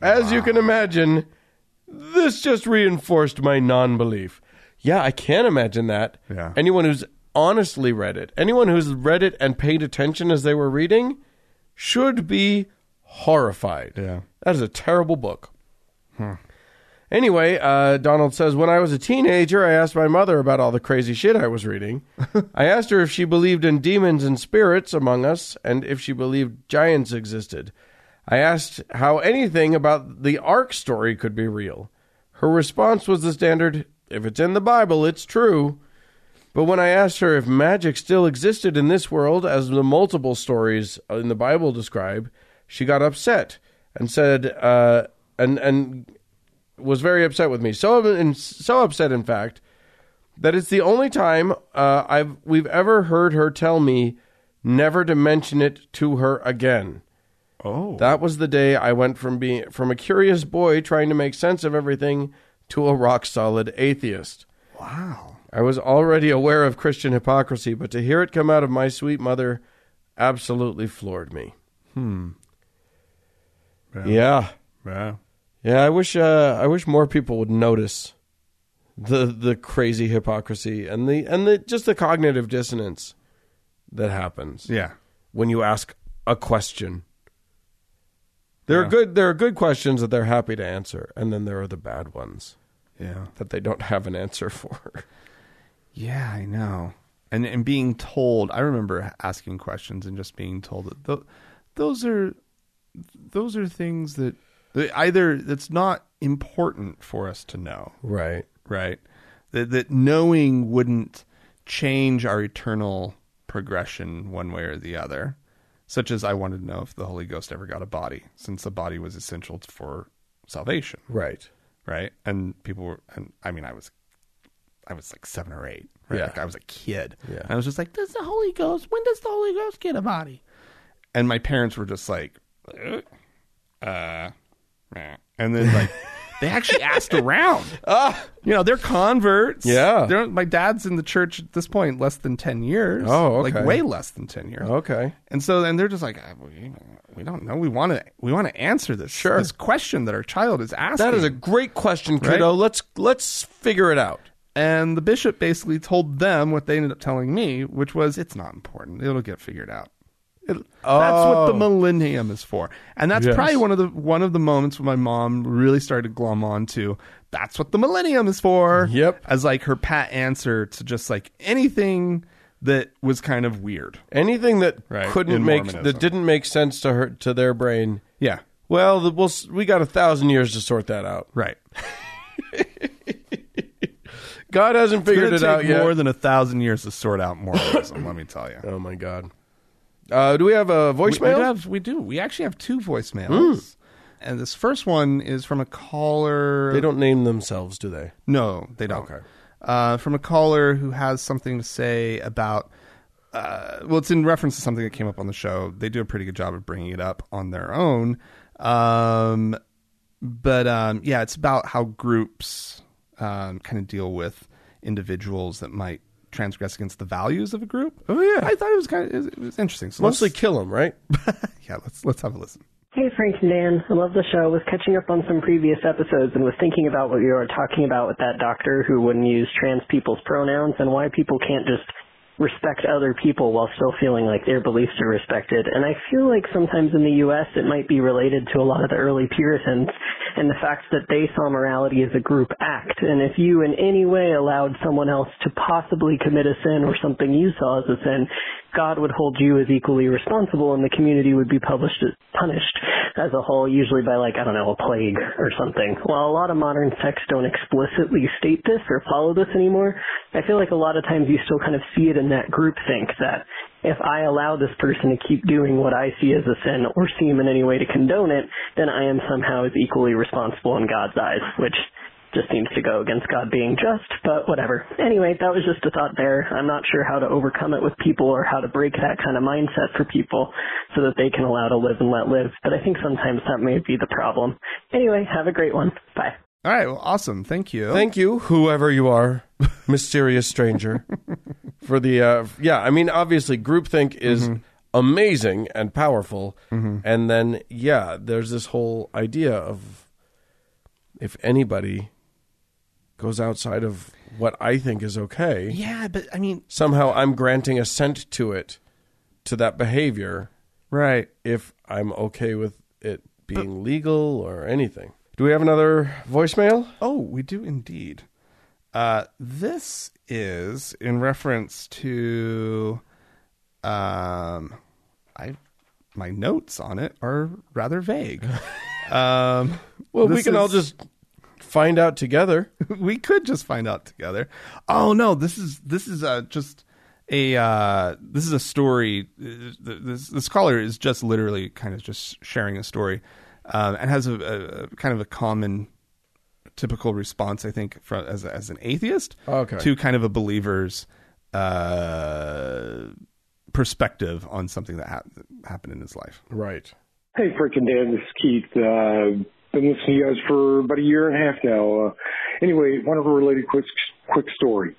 As you can imagine, this just reinforced my non belief. Yeah, I can imagine that.
Yeah.
Anyone who's honestly read it, anyone who's read it and paid attention as they were reading, should be horrified.
Yeah.
That is a terrible book. Anyway, uh, Donald says, when I was a teenager, I asked my mother about all the crazy shit I was reading. I asked her if she believed in demons and spirits among us and if she believed giants existed. I asked how anything about the Ark story could be real. Her response was the standard if it's in the Bible, it's true. But when I asked her if magic still existed in this world, as the multiple stories in the Bible describe, she got upset and said, uh, and and was very upset with me. So and so upset, in fact, that it's the only time uh, I've we've ever heard her tell me never to mention it to her again.
oh,
That was the day I went from being from a curious boy trying to make sense of everything to a rock solid atheist.
wow.
I was already aware of Christian hypocrisy, but to hear it come out of my sweet mother absolutely floored me. Hmm. Yeah.
Yeah.
Yeah, I wish uh, I wish more people would notice the the crazy hypocrisy and the and the just the cognitive dissonance that happens
Yeah.
when you ask a question. There are good there are good questions that they're happy to answer, and then there are the bad ones
Yeah.
that they don't have an answer [LAUGHS] for.
Yeah, I know. And and being told, I remember asking questions and just being told that th- those are those are things that, that either that's not important for us to know,
right.
right? That that knowing wouldn't change our eternal progression one way or the other. Such as I wanted to know if the Holy Ghost ever got a body, since the body was essential for salvation
Right.
right? And people were, and I mean, I was, I was like seven or eight. Right?
Yeah.
Like I was a kid.
Yeah.
And I was just like, does the Holy Ghost? When does the Holy Ghost get a body? And my parents were just like, "Uh, uh, meh." and then
[LAUGHS]
like. They actually asked around. you know, they're converts.
Ah. Yeah.
They're, my dad's in the church at this point less than 10 years.
Oh,
Like
okay.
way less than 10 years.
Okay.
And so then they're just like, "Ah, we, we don't know. We want to we want to answer this
Sure.
this question that our child is asking.
That is a great question, kiddo. Let's let's figure it out.
And the bishop basically told them what they ended up telling me, which was it's not important. It'll get figured out. It, That's what the
Oh.
millennium is for. And that's
Yes.
probably one of the one of the moments when my mom really started to glom on to that's what the millennium is for.
Yep.
As like her pat answer to just like anything that was kind of weird.
Anything that
Right,
couldn't
in
make
Mormonism.
that didn't make sense to her to their brain.
Yeah.
Well, the, we'll s- we got a thousand years to sort that out.
Right.
God hasn't figured
It's
it
gonna
out
take
yet.
more than a thousand years to sort out mormonism, let me tell you.
oh my God. Uh, do we have a
We, we
voicemail? Hmm.
do have, we do. We actually have two voicemails. And this first one is from a caller.
they don't name themselves, do they?
No, they don't.
Okay.
Uh, from a caller who has something to say about. Uh, well, it's in reference to something that came up on the show. They do a pretty good job of bringing it up on their own. Um, but um, yeah, it's about how groups um, kind of deal with individuals that might transgress against the values of a group. Oh yeah, I thought it was kind of it was interesting. So
Mostly
let's,
kill them, right?
yeah, let's let's have a listen.
Hey Frank and Dan, I love the show. Was catching up on some previous episodes and was thinking about what you were talking about with that doctor who wouldn't use trans people's pronouns and why people can't just respect other people while still feeling like their beliefs are respected. And I feel like sometimes in the US it might be related to a lot of the early Puritans and the fact that they saw morality as a group act. And if you in any way allowed someone else to possibly commit a sin or something you saw as a sin, God would hold you as equally responsible and the community would be published punished as a whole, usually by like, I don't know, a plague or something. While a lot of modern texts don't explicitly state this or follow this anymore, I feel like a lot of times you still kind of see it in that groupthink that if I allow this person to keep doing what I see as a sin or seem in any way to condone it, then I am somehow as equally responsible in God's eyes, which just seems to go against God being just, but whatever. Anyway, that was just a thought there. I'm not sure how to overcome it with people or how to break that kind of mindset for people so that they can allow to live and let live, but I think sometimes that may be the problem. Anyway, have a great one. Bye.
All right. Well, awesome. Thank you.
Thank you, whoever
[LAUGHS]
you are, mysterious stranger, for the uh, yeah. I mean, obviously, groupthink is
Mm-hmm.
amazing and powerful, and then yeah, there's this whole idea of if anybody goes outside of what I think is okay,
yeah, but I mean,
somehow I'm granting assent to it, to that behavior,
right.
if I'm okay with it being legal or anything. Do we have another voicemail?
Oh, we do indeed. Uh, this is in reference to um, I my notes on it are rather [LAUGHS] vague. um,
Well, we
this
can all
is-
just find out together.
[LAUGHS] we could just find out together. Oh no, this is this is uh, just a uh, this is a story. Th- th- This this caller is just literally kind of just sharing a story, um, and has a, a, a kind of a common, typical response I think from as a- as an atheist
Okay.
to kind of a believer's uh, perspective on something that hap- happened in his life.
Right.
Hey, frickin' Dan, this is Keith. Uh, been listening to you guys for about a year and a half now. Uh, anyway, one of a related quick quick story.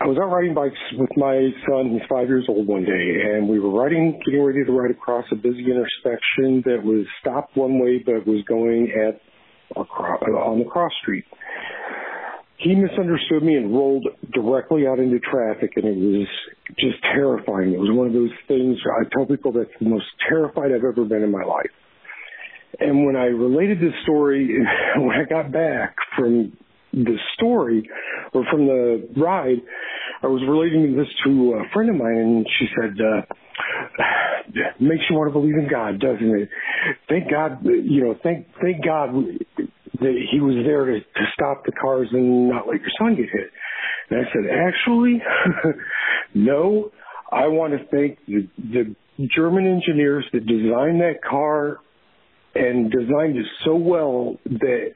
I was out riding bikes with my son. He's five years old one day, and we were riding, getting ready to ride across a busy intersection that was stopped one way, but was going at across, on the cross street. He misunderstood me and rolled directly out into traffic, and it was just terrifying. It was one of those things I tell people that's the most terrified I've ever been in my life. And when I related this story, [LAUGHS] when I got back from the story or from the ride, I was relating this to a friend of mine, and she said, uh, "Makes you want to believe in God, doesn't it? Thank God, you know, thank thank God that He was there to, to stop the cars and not let your son get hit." And I said, "Actually, [LAUGHS] no. I want to thank the, the German engineers that designed that car and designed it so well that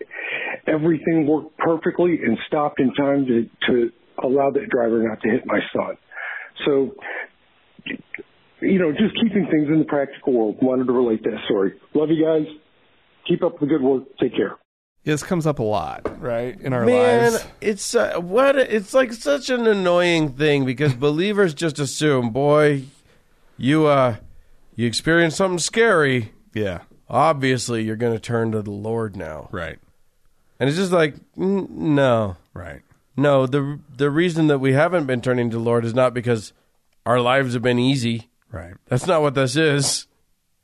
everything worked perfectly and stopped in time to, to allow that driver not to hit my son. So, you know, just keeping things in the practical world. Wanted to relate that story. Love you guys. Keep up the good work. Take care.
This comes up a lot, right, in our
Man,
lives.
it's uh, what it's like such an annoying thing because believers just assume, boy, you uh you experience something scary,
Yeah,
obviously you're going to turn to the Lord now.
right,
And it's just like, n- no.
right.
No, the the reason that we haven't been turning to the Lord is not because our lives have been easy.
Right.
That's not what this is.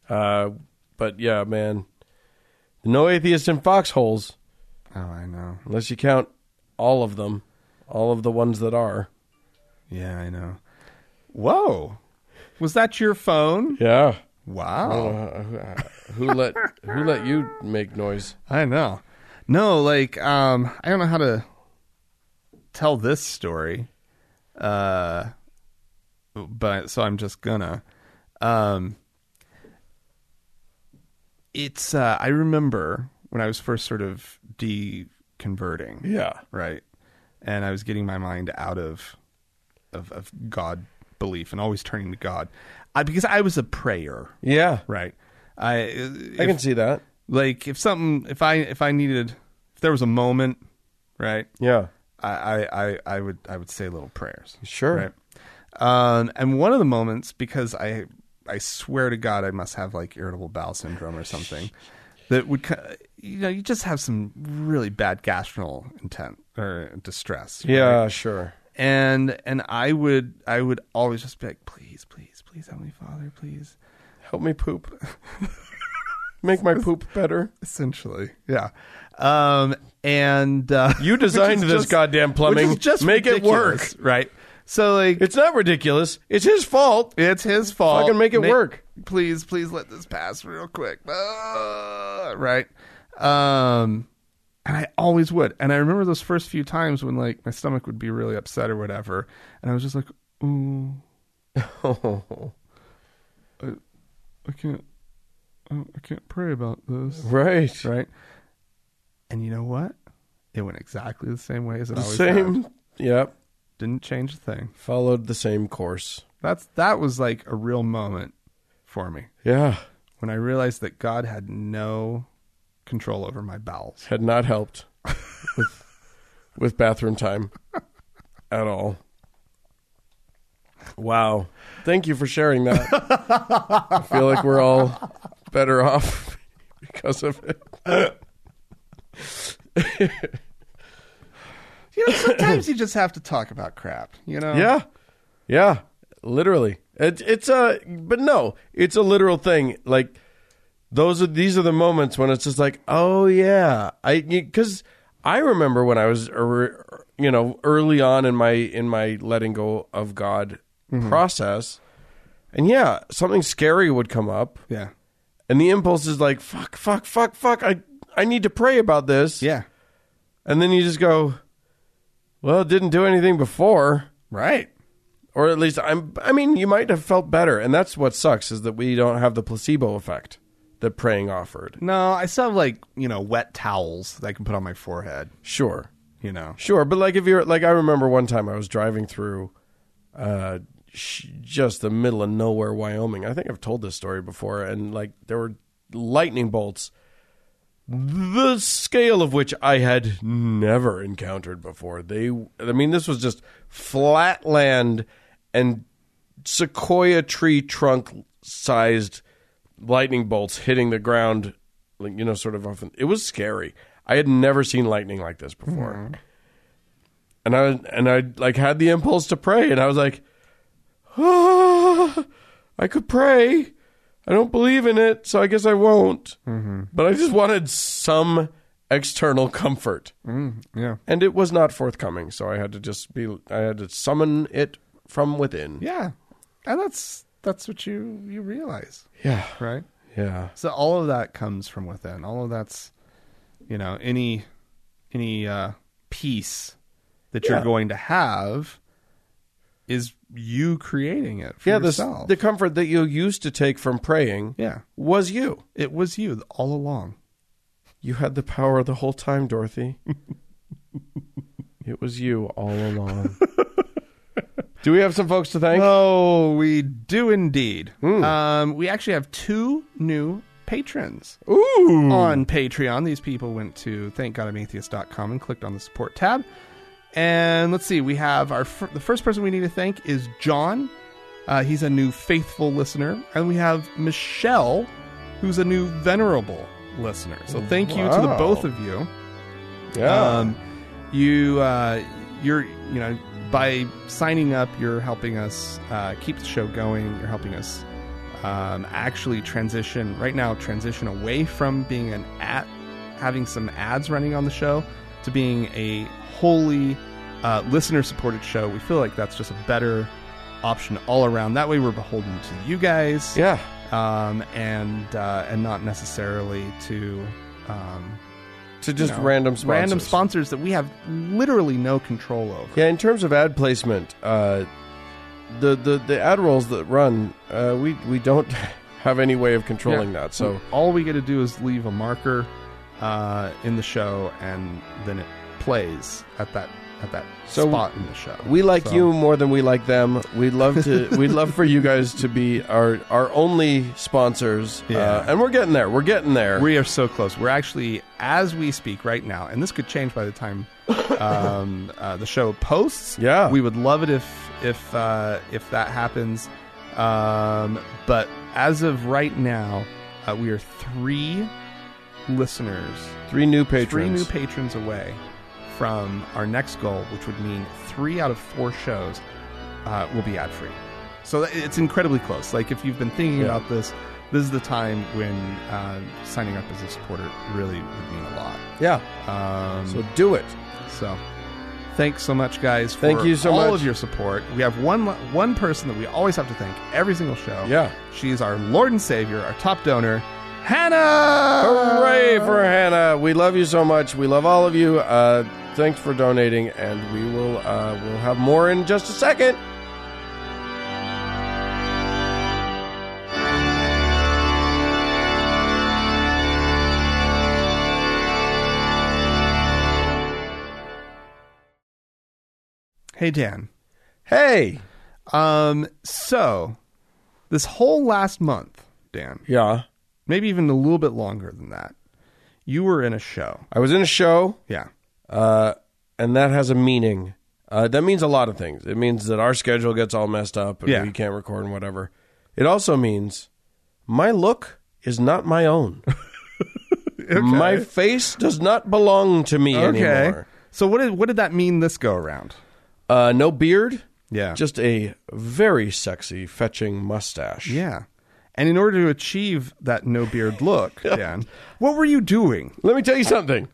Uh, but yeah, man, no atheists in foxholes
Oh, I know.
unless you count all of them, all of the ones that are.
Yeah, I know. Whoa. Was that your phone?
Yeah.
Wow.
Who let who let you make noise?
I know. No, like um I don't know how to tell this story. Uh but so I'm just gonna um it's uh I remember when I was first sort of deconverting.
Yeah.
right and i was getting my mind out of of, of god belief and always turning to god I, because i was a prayer
Yeah.
right i
I
if-
can see that.
like if something if i if i needed if there was a moment right
Yeah.
i i i, I would i would say little prayers
Sure.
right um and one of the moments because i i swear to god i must have like irritable bowel syndrome or
[LAUGHS]
something that would ki- you know you just have some really bad gastrinal intent or distress right?
Yeah, sure.
and and I would I would always just be like, please, please, please, Heavenly Father, please.
Help me poop. [LAUGHS] make my poop better.
Essentially, yeah. Um, and uh,
You
[LAUGHS]
designed
which is
this goddamn plumbing.
which is just
Make it work.
ridiculous, right? So like, it's,
It's not ridiculous. It's his fault.
his fault.
Fucking make it work.
Please, please let this pass real quick. Ah, right. Um, and I always would. And I remember those
[LAUGHS]
first few times when like my stomach would be really upset or whatever, and I was just like, ooh,
Oh,
I can't. I I can't pray about this.
right.
Right. And you know what? It went exactly the same way as it
The
always
same.
has.
Yep.
Didn't change a thing.
Followed the same course.
That's that was like a real moment for me
Yeah.
when I realized that God had no control over my bowels.
Had not helped with with bathroom time at all. Wow. Thank you for sharing that. I feel like we're all better off [LAUGHS] because of it.
You know, [LAUGHS] sometimes you just have to talk about crap. You know.
Yeah, yeah, literally. It, it's a, but no, it's a literal thing. Like those are these are the moments when it's just like, oh yeah, I because I remember when I was, er- you know, early on in my in my letting go of God process, and yeah, something scary would come up,
Yeah.
and the impulse is like, fuck, fuck, fuck, fuck. I I need to pray about this.
Yeah.
and then you just go, well, it didn't do anything before
Right.
or at least I'm. I mean, you might have felt better, and that's what sucks is that we don't have the placebo effect that praying offered.
No, I still have like you know wet towels that I can put on my forehead.
Sure,
You know.
sure, but like if you're like, I remember one time I was driving through, uh, sh- just the middle of nowhere, Wyoming. I think I've told this story before, and like there were lightning bolts, the scale of which I had never encountered before. They, I mean, this was just flat land and sequoia tree trunk sized lightning bolts hitting the ground like you know sort of often it was scary i had never seen lightning like this before and i and i like had the impulse to pray and i was like ah, i could pray i don't believe in it so i guess i won't
Mm-hmm.
but i just wanted some external comfort
Yeah.
and it was not forthcoming so i had to just be i had to summon it from within
Yeah. And that's that's what you you realize,
yeah
right?
yeah
So all of that comes from within. All of that's, you know, any any uh, peace that
Yeah.
you're going to have is you creating it for
yeah the,
yourself.
the comfort that you used to take from praying
yeah,
was you
it was you all along.
you had the power the whole
[LAUGHS]
time dorothy it was you all along do we have some folks to thank Hmm.
Oh, we do indeed. Um, we actually have two new patrons
ooh
on Patreon. These people went to thankgodimatheist.com and clicked on the support tab. And let's see, we have our fir- the first person we need to thank is John. Uh, he's a new faithful listener, and we have Michelle, who's a new venerable listener. So thank you to the
Wow.
both of you.
yeah
Um, you uh, you're you know by signing up, you're helping us uh, keep the show going. You're helping us um, actually transition right now, transition away from being an at having some ads running on the show to being a wholly uh, listener supported show. We feel like that's just a better option all around. That way, we're beholden to you guys
yeah
um, and uh, and not necessarily to. Um,
to just
know,
random sponsors.
random sponsors that we have literally no control over.
yeah in terms of ad placement uh the the, the ad rolls that run uh we we don't [LAUGHS] have any way of controlling that so
all we get to do is leave a marker uh, in the show, and then it plays at that at that
So
spot in the show.
We like
So-
you more than we like them. We'd
[LAUGHS]
love to. we'd love for you guys to be our our only sponsors. Uh,
Yeah.
and we're getting there. We're getting there.
We are so close. We're actually, as we speak right now, and this could change by the time um, [LAUGHS] uh, the show posts.
Yeah.
we would love it if if uh, if that happens. Um, but as of right now, uh, we are three listeners
three new patrons.
three new patrons away from our next goal, which would mean three out of four shows uh, will be ad free. So that- it's incredibly close. Like if you've been thinking
Yeah.
about this, this is the time when uh, signing up as a supporter really would mean a
yeah.
lot. Um,
So
so,
do it.
thanks so much, guys. For
Thank you so
all
much.
of your support. We have one one person that we always have to thank every single show.
Yeah.
she's our Lord and Savior, our top donor, Hannah.
Hooray for Hannah! We love you so much. We love all of you. Uh, thanks for donating, and we will uh, we'll have more in just a second.
Hey, Dan.
Hey.
Um, so this whole last month, Dan,
Yeah.
maybe even a little bit longer than that, you were in a show.
I was in a show,
Yeah.
uh, and that has a meaning. Uh, that means a lot of things. It means that our schedule gets all messed up and
Yeah.
we can't record and whatever. It also means my look is not my own. My face does not belong to me anymore.
So what did what did that mean this go around?
Uh, no beard.
Yeah.
Just a very sexy, fetching mustache.
Yeah. And in order to achieve that no beard
[LAUGHS]
look, Dan, what were you doing?
Let me tell you something.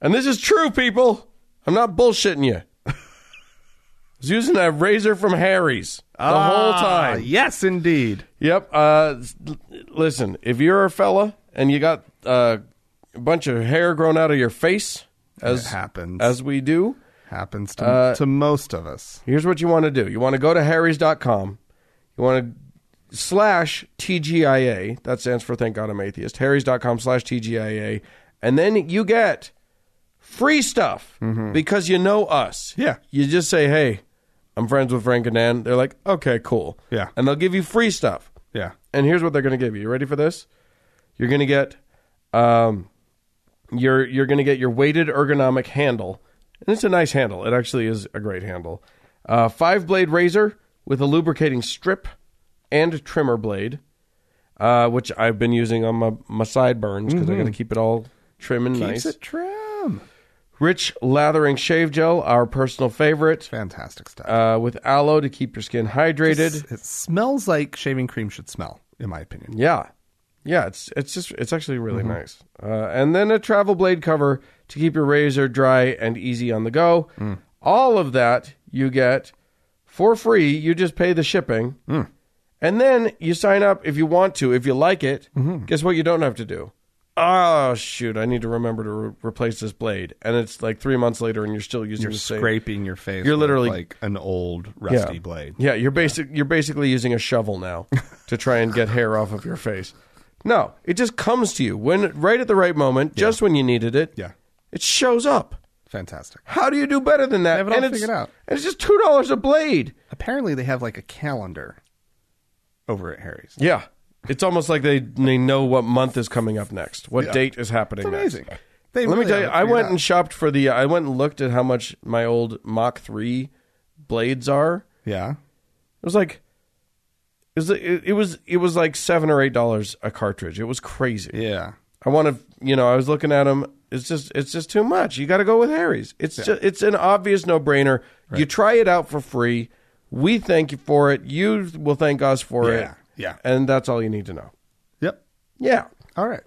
And this is true, people. I'm not bullshitting you. [LAUGHS] I was using a razor from Harry's the whole
Ah,
time.
yes, indeed.
Yep. Uh, s- l- listen, if you're a fella and you got uh, a bunch of hair grown out of your face, as
happens.
as we do,
Happens to,
Uh,
to most of us.
here's what you want to do. You want to go to Harry's.com. You want to slash TGIA. That stands for Thank God I'm Atheist. Harry's.com slash TGIA. And then you get free stuff because you know us.
Mm-hmm. Yeah.
You just say, hey, I'm friends with Frank and Dan. They're like, okay, cool.
Yeah.
And they'll give you free stuff.
Yeah.
And here's what they're going to give you. You ready for this? You're going to get, um, you're you're going to get your weighted ergonomic handle, and it's a nice handle. It actually is a great handle. Uh, five blade razor with a lubricating strip and trimmer blade, uh, which I've been using on my my sideburns because I got to keep it all trim and nice.
Mm-hmm. Keeps it trim.
Rich lathering shave gel, our personal favorite,
Fantastic stuff.
uh, with aloe to keep your skin hydrated.
It smells like shaving cream should smell, in my opinion.
Yeah, yeah. It's it's just it's actually really
Mm-hmm.
nice. Uh, and then a travel blade cover to keep your razor dry and easy on the go.
Mm.
All of that you get for free. You just pay the shipping,
Mm.
and then you sign up if you want to. If you like it,
Mm-hmm.
guess what? You don't have to do. Oh shoot! I need to remember to re- replace this blade, and it's like three months later, and you're still using
You're
the same.
scraping your face.
You're
with,
literally-
like an old rusty blade.
Yeah, you're basic. You're basically using a shovel now
[LAUGHS]
to try and get hair off of your face. No, it just comes to you when right at the right moment, just when you needed it.
Yeah.
it shows up.
Fantastic.
How do you do better than that?
have it all
and it's,
figured out.
And it's just two dollars a blade.
Apparently, they have like a calendar over at Harry's.
Yeah, it's almost like they they know what month is coming up next, what date is happening.
It's amazing.
Next.
They
Let me
really
tell you,
have it
I
figured
went
out.
and shopped for the. I went and looked at how much my old Mach three blades are.
yeah,
It was like it was it, it was it was like seven or eight dollars a cartridge. It was crazy.
yeah.
I want to you know I was looking at them. It's just it's just too much. You got to go with Harry's. It's just it's an obvious no brainer. You try it out for free. We thank you for it. You will thank us for
Yeah.
it.
Yeah.
and that's all you need to know.
Yep.
Yeah.
All right.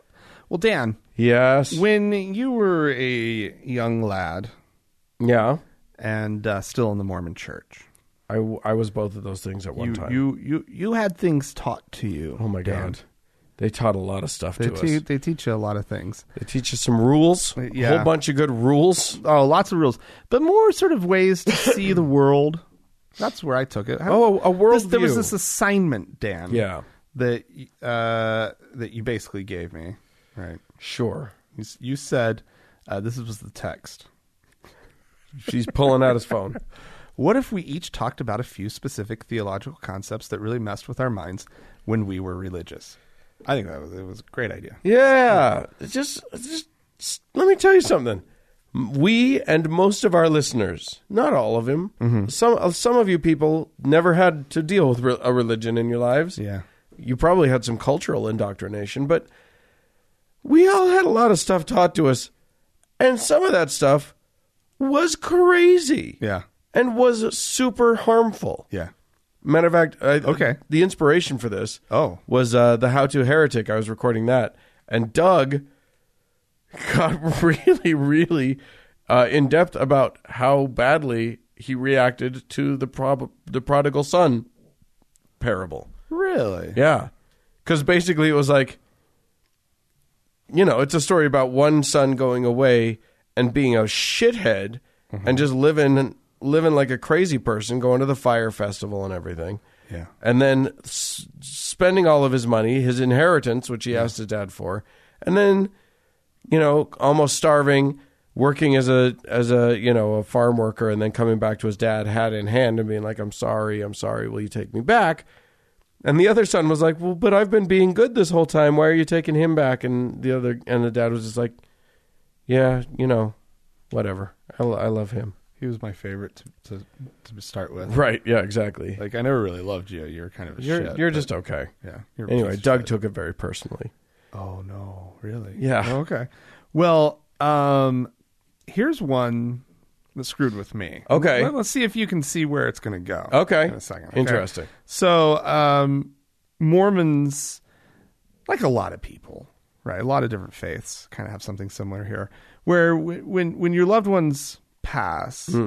Well, Dan,
Yes.
when you were a young lad
yeah.
and uh, still in the Mormon Church,
I, w- I was both of those things at one
you,
time.
you you you had things taught to you.
oh my
Dan.
god. They taught a lot of stuff
They,
to
te-
us.
they teach you a lot of things.
They teach us some rules.
Yeah.
A whole bunch of good rules.
Oh, lots of rules, but more sort of ways to see
[LAUGHS]
the world. That's where I took it.
Oh, a- a world
This, there was
view.
this assignment, Dan.
Yeah.
That y- uh, that you basically gave me, right?
Sure.
You, s- you said uh, this was the text.
She's pulling out
[LAUGHS]
his phone.
What if we each talked about a few specific theological concepts that really messed with our minds when we were religious? I think that was it was a great idea.
Yeah. It's Just, it's just s- let me tell you something. M- We and most of our listeners, not all of them,
Mm-hmm.
some uh, some of you people never had to deal with re- a religion in your lives.
Yeah.
You probably had some cultural indoctrination, but we all had a lot of stuff taught to us, and some of that stuff was crazy.
Yeah.
And was super harmful.
Yeah.
Matter of fact, I,
Okay.
The inspiration for this,
Oh.
was uh, the How to Heretic. I was recording that, and Doug got [LAUGHS] really, really uh, in depth about how badly he reacted to the prob- the prodigal son parable.
Really?
Yeah. Because basically it was like, you know, it's a story about one son going away and being a shithead and just living living like a crazy person, going to the fire festival and everything.
Yeah.
And then s- spending all of his money, his inheritance, which he asked his dad for, and then, you know, almost starving, working as a as a you know a farm worker and then coming back to his dad hat in hand and being like i'm sorry i'm sorry will you take me back and the other son was like well but i've been being good this whole time why are you taking him back and the other and the dad was just like yeah you know whatever i, lo- I love him
He was my favorite to, to, to start with.
[LAUGHS] right yeah exactly
Like I never really loved you. You're kind of a
you're
shit.
you're
but-
just okay
yeah. You're a
anyway
piece of
doug
shit.
took it very personally
Oh no, really?
Yeah.
Oh, okay. Well, um, here's one that screwed with me.
Okay.
Let, us see if you can see where it's going to go.
Okay.
In a second.
Interesting.
So, um, Mormons, like a lot of people, right? A lot of different faiths kind of have something similar here, where w- when when your loved ones pass, uh,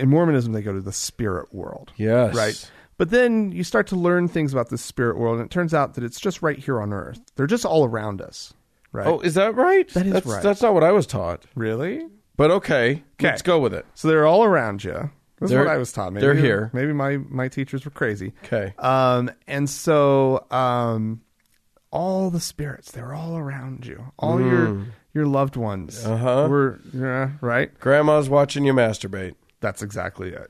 in Mormonism they go to the spirit world.
Yes.
Right. But then you start to learn things about the spirit world, and it turns out that it's just right here on Earth. They're just all around us. Right.
oh is that right
That is
that's,
right.
that's not what i was taught
really?
but okay, let's go with it
So they're all around you. That's
They're-
what I was taught. Maybe,
they're here.
Maybe my, my teachers were crazy.
okay
Um, and so um, all the spirits, they're all around you. All your your loved ones
Mm. Uh-huh.
were yeah, right.
grandma's watching you masturbate
That's exactly it.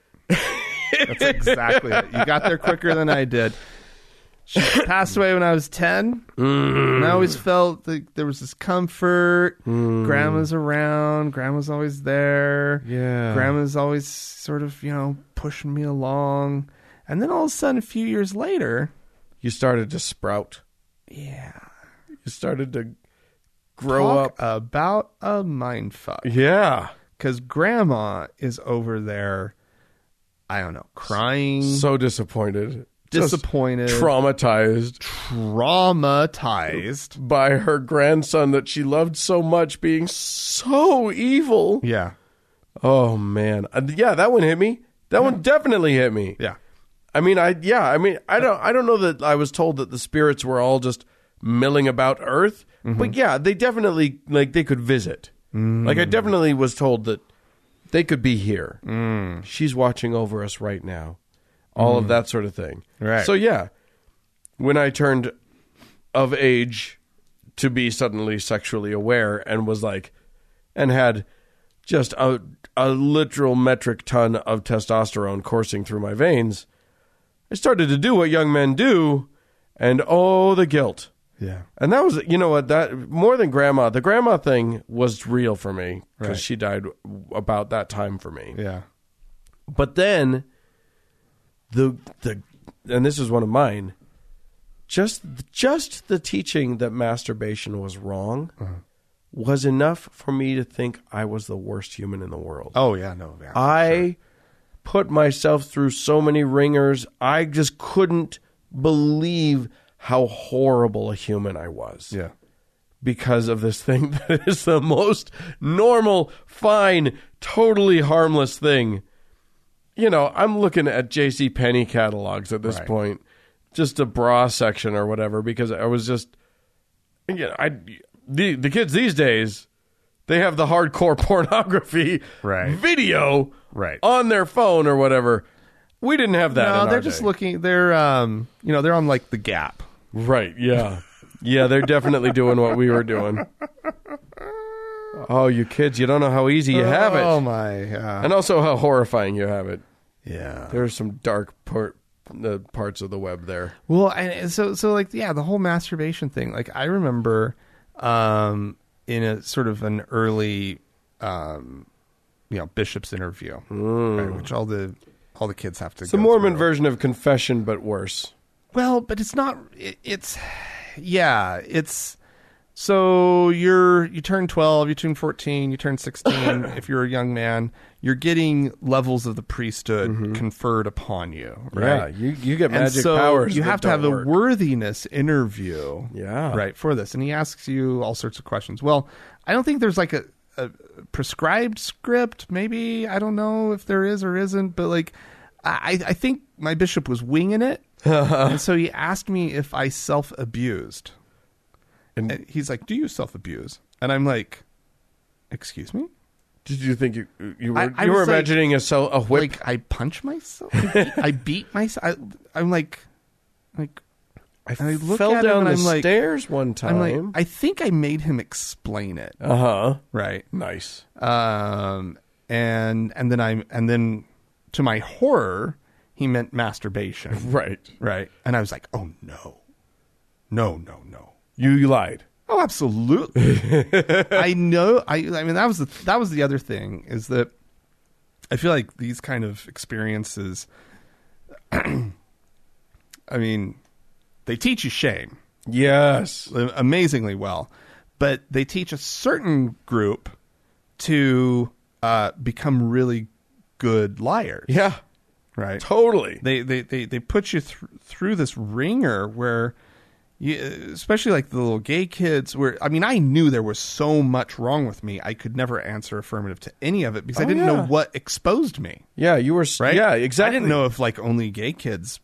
That's exactly it. You got there quicker than I did. She passed away when I was 10. And I always felt like there was this comfort.
Hmm.
Grandma's around. Grandma's always there.
Yeah.
Grandma's always sort of, you know, pushing me along. And then all of a sudden, a few years later,
you started to sprout
yeah.
you started to grow
talk
up
about a mind fuck.
yeah
Because grandma is over there, I don't know, crying,
so disappointed Just
disappointed.
traumatized
traumatized.
by her grandson that she loved so much being so evil
Yeah.
oh man Uh, yeah that one hit me that one definitely hit me
Yeah.
i mean i yeah i mean i don't i don't know that i was told that the spirits were all just milling about earth but yeah they definitely like they could visit like i definitely was told that they could be here she's watching over us right now all of that sort of thing
Right.
so yeah when i turned of age to be suddenly sexually aware and was like and had just a a literal metric ton of testosterone coursing through my veins i started to do what young men do and oh the guilt
Yeah.
and that was you know what that more than grandma the grandma thing was real for me because
Right.
she died about that time for me
Yeah.
but then the the and this is one of mine. Just just the teaching that masturbation was wrong
Uh-huh.
was enough for me to think I was the worst human in the world.
Oh yeah, no. Yeah.
I put myself through so many ringers. I just couldn't believe how horrible a human I was
yeah.
because of this thing [LAUGHS] that is the most normal, fine, totally harmless thing. You know, I'm looking at J.C. Penney catalogs at this
Right.
point, just a bra section or whatever, because I was just, you know, I the the kids these days, they have the hardcore [LAUGHS] pornography
Right.
video
Right.
on their phone or whatever. We didn't have that.
No,
in
they're
our
just
day.
looking. They're um, you know, they're on like the gap.
Right, yeah. Yeah, they're definitely doing what we were doing. Oh, you kids, you don't know how easy you have
Oh
it.
my. Uh,
And also how horrifying you have it.
yeah.
There are some dark part, the parts of the web there.
Well, and and so so like yeah, the whole masturbation thing. Like I remember um in a sort of an early um you know, bishop's interview, right, which all the all the kids have to
It's the Mm. Mormon version of confession, but worse.
Well, but it's not. It, it's yeah. It's so you're you turn twelve, you turn fourteen, you turn
[LAUGHS]
sixteen. if you're a young man, you're getting levels of the priesthood conferred upon you. Right.
Mm-hmm. Yeah, you, you get
And
magic
so
powers.
you
that
have to
don't
have a
work.
worthiness interview,
Yeah.
right, for this. And he asks you all sorts of questions. Well, I don't think there's like a, a prescribed script. Maybe I don't know if there is or isn't, but like, I, I think my bishop was winging it,
[LAUGHS]
and so he asked me if I self abused,
And-
and, he's like, "Do you self abuse?" And I'm like, "Excuse me."
Did you think you you were,
I- I
you were
was like-
imagining a, so, a whip?
Like I punch myself, I beat myself. I, I'm like, like
I
And I look
fell
at him
down
and
the
I'm like-
stairs one
I'm
time.
like, I think I made him explain it,
uh huh.
right?
Nice.
Um, and and then I and then to my horror, he meant
[LAUGHS]
masturbation,
Right.
right? And I was like, oh no, no, no, no.
You lied.
Oh, absolutely. I know. I I mean that was the that was the other thing is that I feel like these kind of experiences. [CLEARS THROAT] I mean, they teach you shame
Yes.
amazingly well, but they teach a certain group to uh, become really good liars,
Yeah.
right?
Totally.
they they they, they put you thr through this ringer where you, especially like the little gay kids where i mean i knew there was so much wrong with me i could never answer affirmative to any of it because i
Oh,
didn't know
yeah.
what exposed me
Yeah. You were. s-
right
Yeah. Exactly.
i didn't know if like only gay kids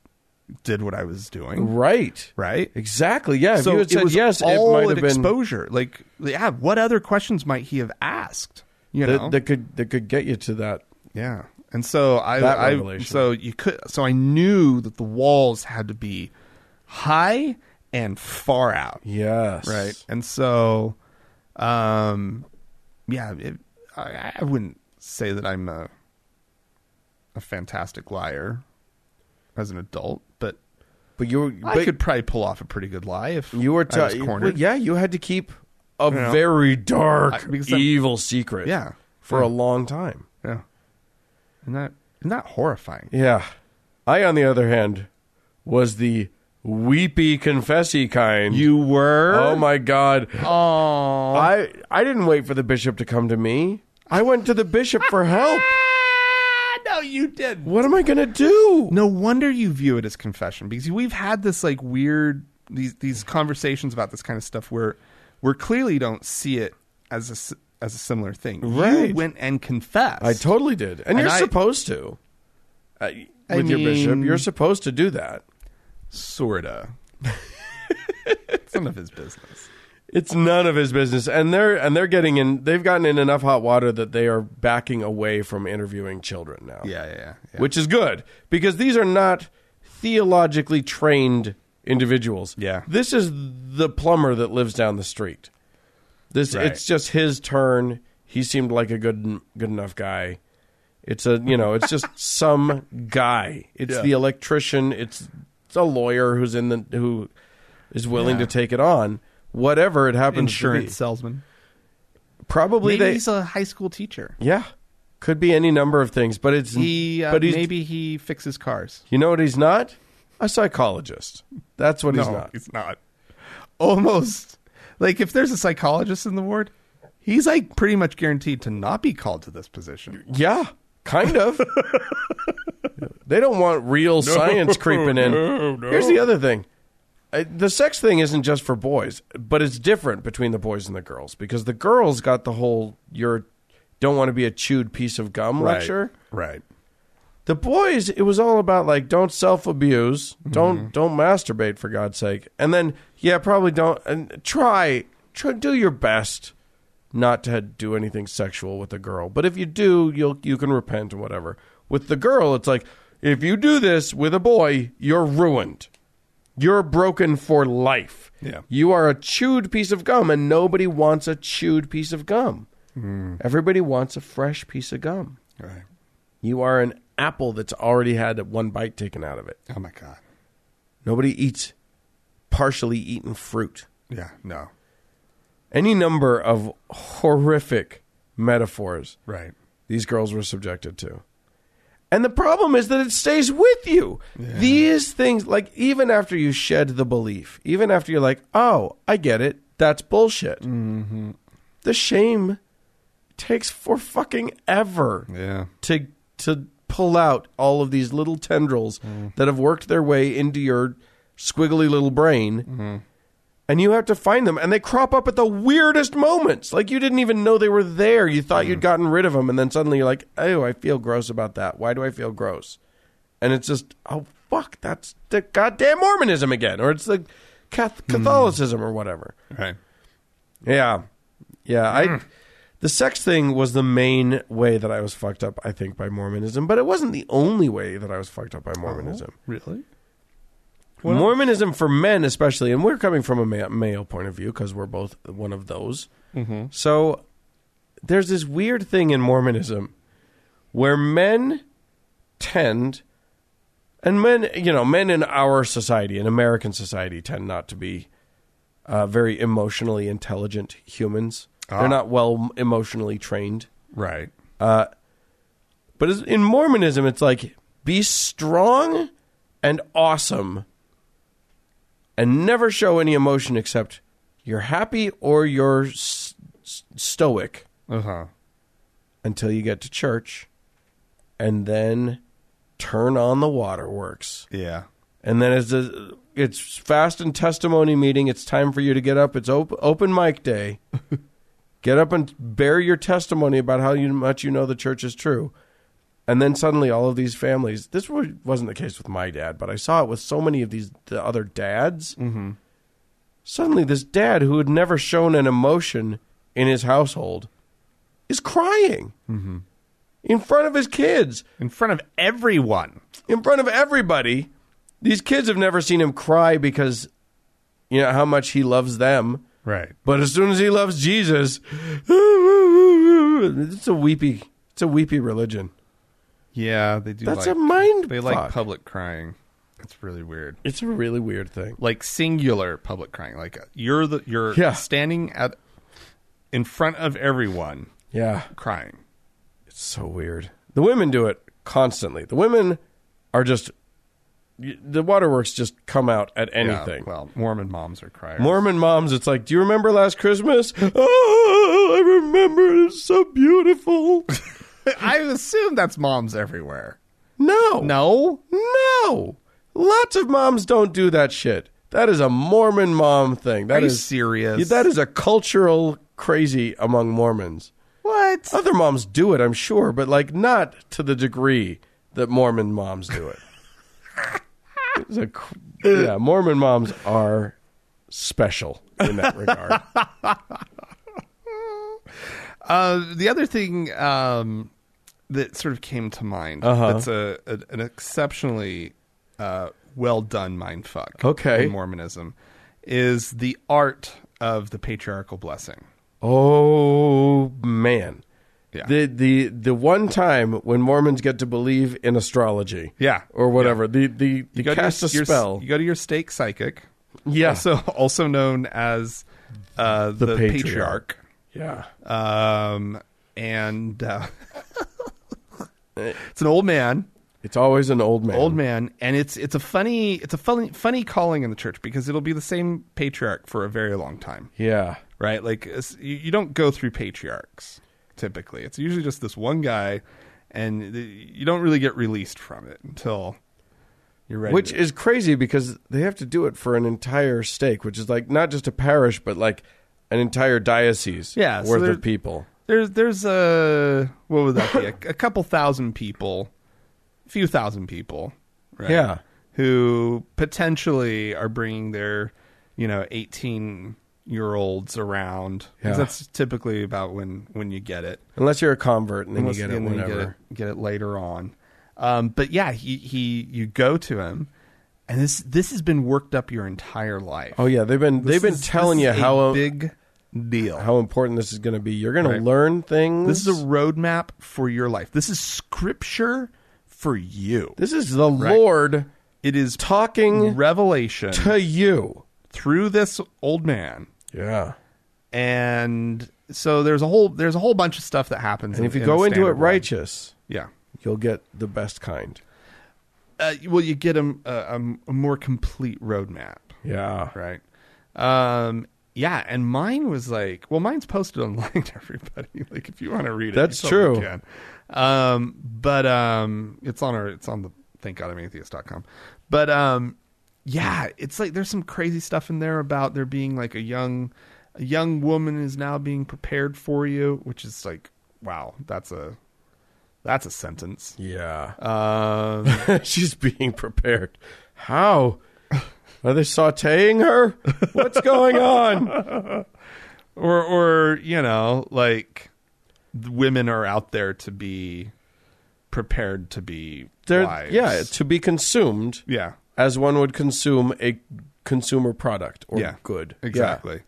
did what i was doing
Right.
right
Exactly. Yeah. if
so
you had said
it was
yes,
all
it might
at
have been
exposure like yeah what other questions might he have asked you know
that, that could that could get you to that.
Yeah. And so I,
That
I
revelation.
so you could so I knew that the walls had to be high and far out,
Yes.
right? And so um yeah, it, I, I wouldn't say that I'm a a fantastic liar as an adult, but
But you were.
I
but
could probably pull off a pretty good lie if
You were.
I was
T-
cornered.
yeah. You had to keep a
know.
very dark,
I- because I'm-
evil secret.
Yeah.
For a long time.
yeah. Isn't that isn't that horrifying?
Yeah. I, on the other hand, was the weepy confessy kind.
You were
Oh my God.
Aw.
I I didn't wait for the bishop to come to me. I went to the bishop for help.
no, you didn't.
What am I gonna do?
No wonder you view it as confession because we've had this like weird these these conversations about this kind of stuff where we clearly don't see it as a s- as a similar thing.
Right.
You went and confessed.
I totally did, and,
And
you're
I-
supposed to. Uh, with
I
your bishop,
mean-
you're supposed to do that.
sorta. it's none of his business.
It's none of his business, and they're and they're getting in. They've gotten in enough hot water that they are backing away from interviewing children now.
Yeah, yeah, yeah. yeah.
which is good because these are not theologically trained individuals.
Yeah.
This is the plumber that lives down the street. This
Right.
it's just his turn. He seemed like a good good enough guy. It's a, you know,
[LAUGHS]
it's just some guy. It's
Yeah.
the electrician, it's it's a lawyer who's in the who is willing
Yeah.
to take it on. Whatever it happens
insurance
to
salesman.
be. Probably
Maybe
they
he's a high school teacher.
Yeah. Could be any number of things, but it's
He uh,
but he's
maybe he fixes cars.
You know what he's not? A psychologist. That's what he's
no,
not.
He's not. Almost like if there's a psychologist in the ward, he's like pretty much guaranteed to not be called to this position.
Yeah, kind of. they don't want real science creeping in. Here's the other thing. Uh, The sex thing isn't just for boys, but it's different between the boys and the girls because the girls got the whole you're don't want to be a chewed piece of gum lecture.
Right.
The boys, it was all about like don't self abuse, don't don't masturbate for God's sake, and then yeah, probably don't and try try do your best not to do anything sexual with a girl. But if you do, you'll you can repent and whatever. With the girl, it's like if you do this with a boy, you're ruined. You're broken for life.
Yeah.
You are a chewed piece of gum, and nobody wants a chewed piece of gum. Everybody wants a fresh piece of gum.
Right.
You are an apple that's already had one bite taken out of it.
Oh my god.
Nobody eats partially eaten fruit.
Yeah. No.
Any number of horrific metaphors
Right.
these girls were subjected to. And the problem is that it stays with you. These things, like, even after you shed the belief, even after you're like, oh, I get it, that's bullshit.
Mm-hmm.
The shame takes for fucking ever
Yeah.
to to pull out all of these little tendrils
Mm-hmm.
that have worked their way into your squiggly little brain.
Mm-hmm.
And you have to find them, and they crop up at the weirdest moments. Like you didn't even know they were there. You thought you'd gotten rid of them, and then suddenly you're like, "Oh, I feel gross about that. Why do I feel gross?" And it's just, "Oh fuck, that's the goddamn Mormonism again," or it's like Cath- Catholicism or whatever.
Right.
Yeah. Yeah. I the sex thing was the main way that I was fucked up, I think, by Mormonism, but it wasn't the only way that I was fucked up by Mormonism.
Really?
Mormonism for men, especially, and we're coming from a ma- male point of view because we're both one of those. So there's this weird thing in Mormonism where men tend, and men, you know, men in our society, in American society, tend not to be uh, very emotionally intelligent humans. They're not well emotionally trained. Uh,
Right.
But as- in Mormonism, it's like be strong and awesome, and never show any emotion except you're happy or you're s- s- stoic
Uh huh.
until you get to church, and then turn on the waterworks.
Yeah.
And then it's a, it's fast and testimony meeting. It's time for you to get up. It's op- open mic day. get up and bear your testimony about how you, much you know the church is true. And then suddenly, all of these families. This wa- wasn't the case with my dad, but I saw it with so many of these the other dads. Mm-hmm. Suddenly, this dad who had never shown an emotion in his household is crying in front of his kids
In front of everyone.
in front of everybody. These kids have never seen him cry because you know how much he loves them.
Right.
But as soon as he loves Jesus, [LAUGHS] it's a weepy it's a weepy religion.
Yeah, they do.
That's
like,
a mind
They like
fuck.
public crying. It's really weird.
It's a really weird thing.
Like singular public crying. Like uh, you're the you're
Yeah.
standing at in front of everyone
Yeah.
crying.
It's so weird. The women do it constantly. The women are just the waterworks just come out at
Yeah,
anything.
well, Mormon moms are crying.
Mormon moms, it's like, do you remember last Christmas? [LAUGHS] Oh, I remember. It's so
[LAUGHS]
beautiful.
I assume that's moms everywhere.
No.
No.
No. Lots of moms don't do that shit. That is a Mormon mom thing. That
Are
is
you serious?
Yeah, That is a cultural crazy among Mormons.
What?
Other moms do it, I'm sure, but like not to the degree that Mormon moms
[LAUGHS]
do it. It's a cr- yeah, Mormon moms are special in that regard.
Uh, the other thing um, that sort of came to mind
Uh-huh.
that's a, a an exceptionally uh, well done mind fuck
Okay.
in Mormonism is the art of the patriarchal blessing.
Oh man.
Yeah.
The the the one time when Mormons get to believe in astrology.
Yeah.
Or whatever. The the, the cast
your,
a spell.
you go to your stake psychic,
yeah.
also [LAUGHS] also known as uh, the,
patriarch.
patriarch,
yeah.
um, and uh, [LAUGHS]
Eh.
it's an old man.
It's always an old man.
old man and it's it's a funny it's a funny funny calling in the church because it'll be the same patriarch for a very long time
Yeah.
right like it's- you, you don't go through patriarchs typically it's usually just this one guy and the, you don't really get released from it until you're ready
Which
to-
is crazy because they have to do it for an entire stake, which is like not just a parish, but like an entire diocese
Yeah, so
worth
they're-
of people.
there's there's a what would that be a, a couple thousand people a few thousand people right
Yeah.
who potentially are bringing their you know 18 year olds around 'Cause
Yeah.
that's typically about when when you get it
Unless you're a convert and then
Unless-
you get it
and then
whenever.
it, get it later on um, but yeah he, he you go to him and this this has been worked up your entire life
Oh yeah, they've been
This
they've been
is-
telling
this
you
is a
how
big deal
how important this is going to be. You're going
Right.
to learn things.
This is a roadmap for your life. This is scripture for you.
This is the Lord
It is
talking
revelation
to you.
through this old man.
Yeah.
And so there's a whole there's a whole bunch of stuff that happens.
And
in-
if you
in
go
the
into it
standard one.
righteous,
yeah.
you'll get the best kind.
Uh, well, you get a, a, a more complete roadmap,
Yeah.
right? Um, yeah, and mine was like, well, mine's posted online [LAUGHS] to everybody. Like, if you want to read it,
That's
you totally
true.
can. Um, but um, it's on our it's on the thank God I'm atheist.com. But um, yeah, it's like there's some crazy stuff in there about there being like a young a young woman is now being prepared for you, which is like, wow, that's a that's a sentence.
Yeah.
Um,
Uh, [LAUGHS] She's being prepared. How? Are they sauteing her? What's going
[LAUGHS]
on?
or or you know like the women are out there to be prepared to be
They're,
wives.
yeah, to be consumed
yeah
as one would consume a consumer product or
Yeah.
good. Yeah.
exactly.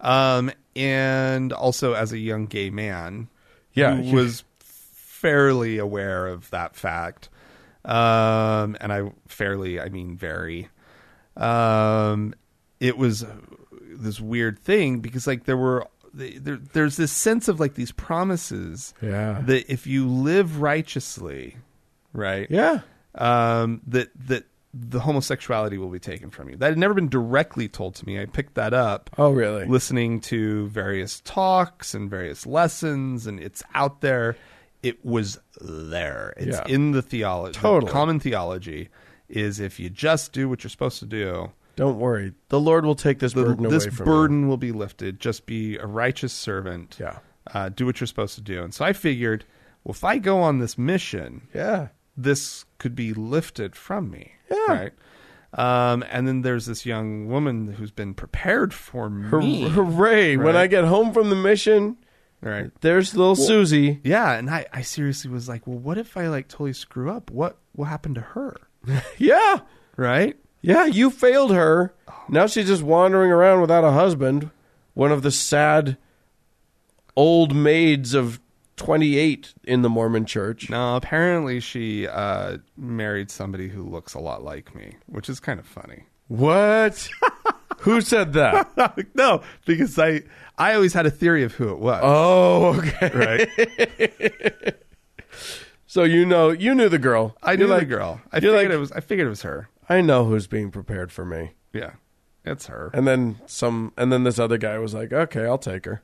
Um, and also as a young gay man,
Yeah,
who
you-
was fairly aware of that fact. Um, and I fairly, I mean, very. Um, it was this weird thing because like there were there, there's this sense of like these promises
Yeah.
that if you live righteously, right?
Yeah.
um, that that the homosexuality will be taken from you. That had never been directly told to me. I picked that up
Oh, really?
listening to various talks and various lessons, and it's out there. It was there. It's
Yeah.
in the theology.
Totally.
common theology is if you just do what you're supposed to do,
Don't worry. The Lord will take this
the-
burden
this
away from
burden will be lifted. Just be a righteous servant.
Yeah.
Uh, do what you're supposed to do. And so I figured, well, if I go on this mission,
you. Yeah.
this could be lifted from me.
Yeah.
Right. Um, and then there's this young woman who's been prepared for
Hur-
me.
Hooray. When
Right.
I get home from the mission,
Right.
there's little Susie.
Yeah. And I, I seriously was like, well, what if I like totally screw up? What will happen to her?
Yeah.
Right.
Yeah, you failed her. Now she's just wandering around without a husband. One of the sad old maids of 28 in the Mormon church.
No, apparently she uh, married somebody who looks a lot like me, which is kind of funny. [LAUGHS]
[LAUGHS] What? Who said that?
no, because I I always had a theory of who it was.
[LAUGHS] Oh, okay. [LAUGHS]
right.
So you know, you knew the girl.
I knew
You're
like,
like,
girl. I
you're
figured
like-
it was. I figured it was her.
I know who's being prepared for me.
Yeah, it's her.
And then some and then this other guy was like, "Okay, I'll take her."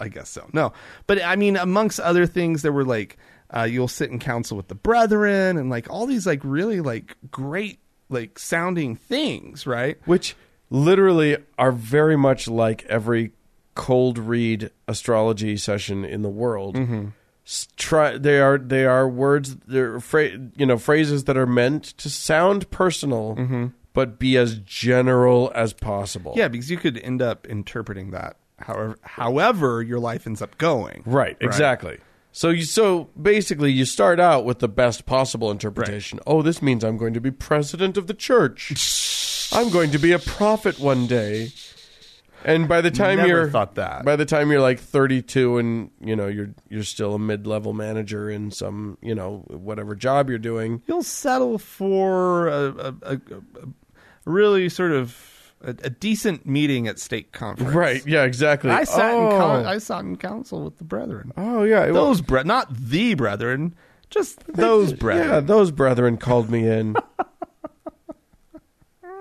I guess so. No, but I mean, amongst other things, there were like uh, you'll sit in council with the brethren, and like all these like really like great like sounding things, right?
Which literally are very much like every cold read astrology session in the world.
Mm-hmm.
S- Try, they are they are words they're phra- you know phrases that are meant to sound personal but be as general as possible.
Mm-hmm. Yeah, because you could end up interpreting that however however your life ends up going.
Right, exactly. So you so basically you start out with the best possible interpretation. Oh, this means I'm going to be president of the church.
[LAUGHS]
I'm going to be a prophet one day. And by the time
Never
you're
thought that.
by the time you're like 32 and you know you're you're still a mid-level manager in some, you know, whatever job you're doing.
You'll settle for a, a, a, a really sort of a, a decent meeting at state conference.
Right, yeah, exactly.
I sat
oh.
in con- I sat in council with the brethren.
Oh yeah, well,
those bre- not the brethren, just those brethren.
Yeah, those brethren called me
[LAUGHS]
in.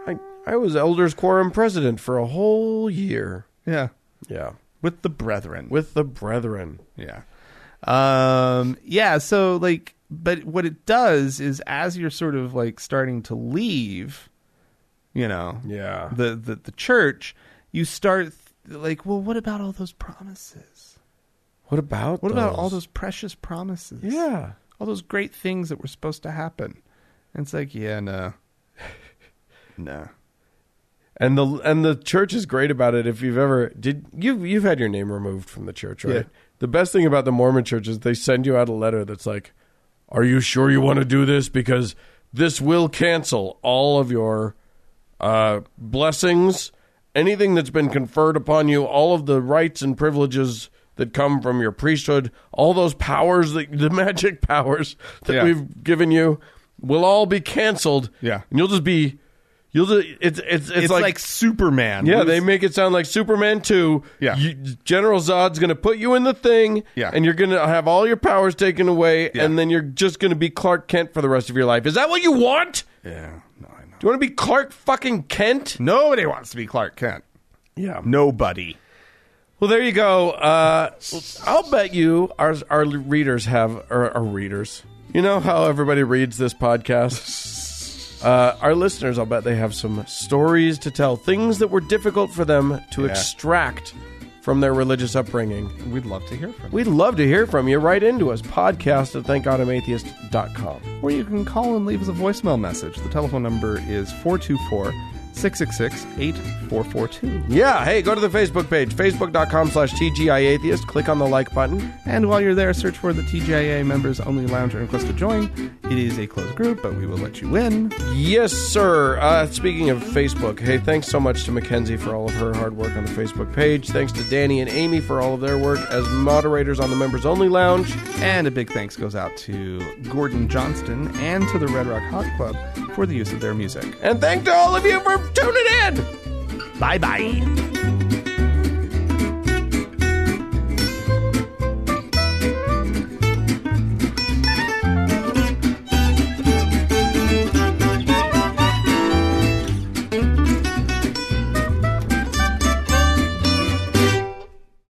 I, I was elders quorum president for a whole year.
Yeah,
Yeah,
with the brethren.
with the brethren.
yeah, um, yeah. So like, but what it does is, as you're sort of like starting to leave, you know,
Yeah.
the the, the church, you start th- like, well, what about all those promises?
What about
What about all those precious promises?
Yeah,
all those great things that were supposed to happen. And it's like, yeah,
[LAUGHS]
no, no.
and the and the church is great about it. If you've ever did you've you've had your name removed from the church, right?
Yeah.
The best thing about the Mormon church is they send you out a letter that's like, "Are you sure you want to do this? Because this will cancel all of your uh, blessings, anything that's been conferred upon you, all of the rights and privileges that come from your priesthood, all those powers, that, the [LAUGHS] magic powers that
Yeah.
we've given you, will all be canceled.
Yeah.
and you'll just be, you'll just it's it's it's,
It's, like, Superman.
yeah,
Lose-
they make it sound like Superman 2.
Yeah.
You, General Zod's going to put you in the thing,
Yeah.
and you're going to have all your powers taken away,
Yeah.
and then you're just going to be Clark Kent for the rest of your life. Is that what you want?
yeah, no, I know.
Do you want to be Clark fucking Kent?
Nobody wants to be Clark Kent.
Yeah.
Nobody.
Well, there you go. Uh, I'll bet you our, our readers have, or our readers, you know how everybody reads
[LAUGHS]
this podcast? Uh, our listeners, I'll bet they have some stories to tell, things that were difficult for them to extract from their religious upbringing.
We'd love to hear from you.
We'd love to hear from you. Write into us, podcast at thankgodimatheist.com.
Or you can call and leave us a voicemail message. The telephone number is 424 666 8442.
Yeah, hey, go to the Facebook page, facebook.com slash TGI Atheist. Click on the like button.
And while you're there, search for the TGIA members only lounge and request to join. It is a closed group, but we will let you in.
Yes, sir. Uh, speaking of Facebook, hey, thanks so much to Mackenzie for all of her hard work on the Facebook page. Thanks to Danny and Amy for all of their work as moderators on the Members Only Lounge.
And a big thanks goes out to Gordon Johnston and to the Red Rock Hot Club for the use of their music.
And thank to all of you for tuning in.
Bye bye.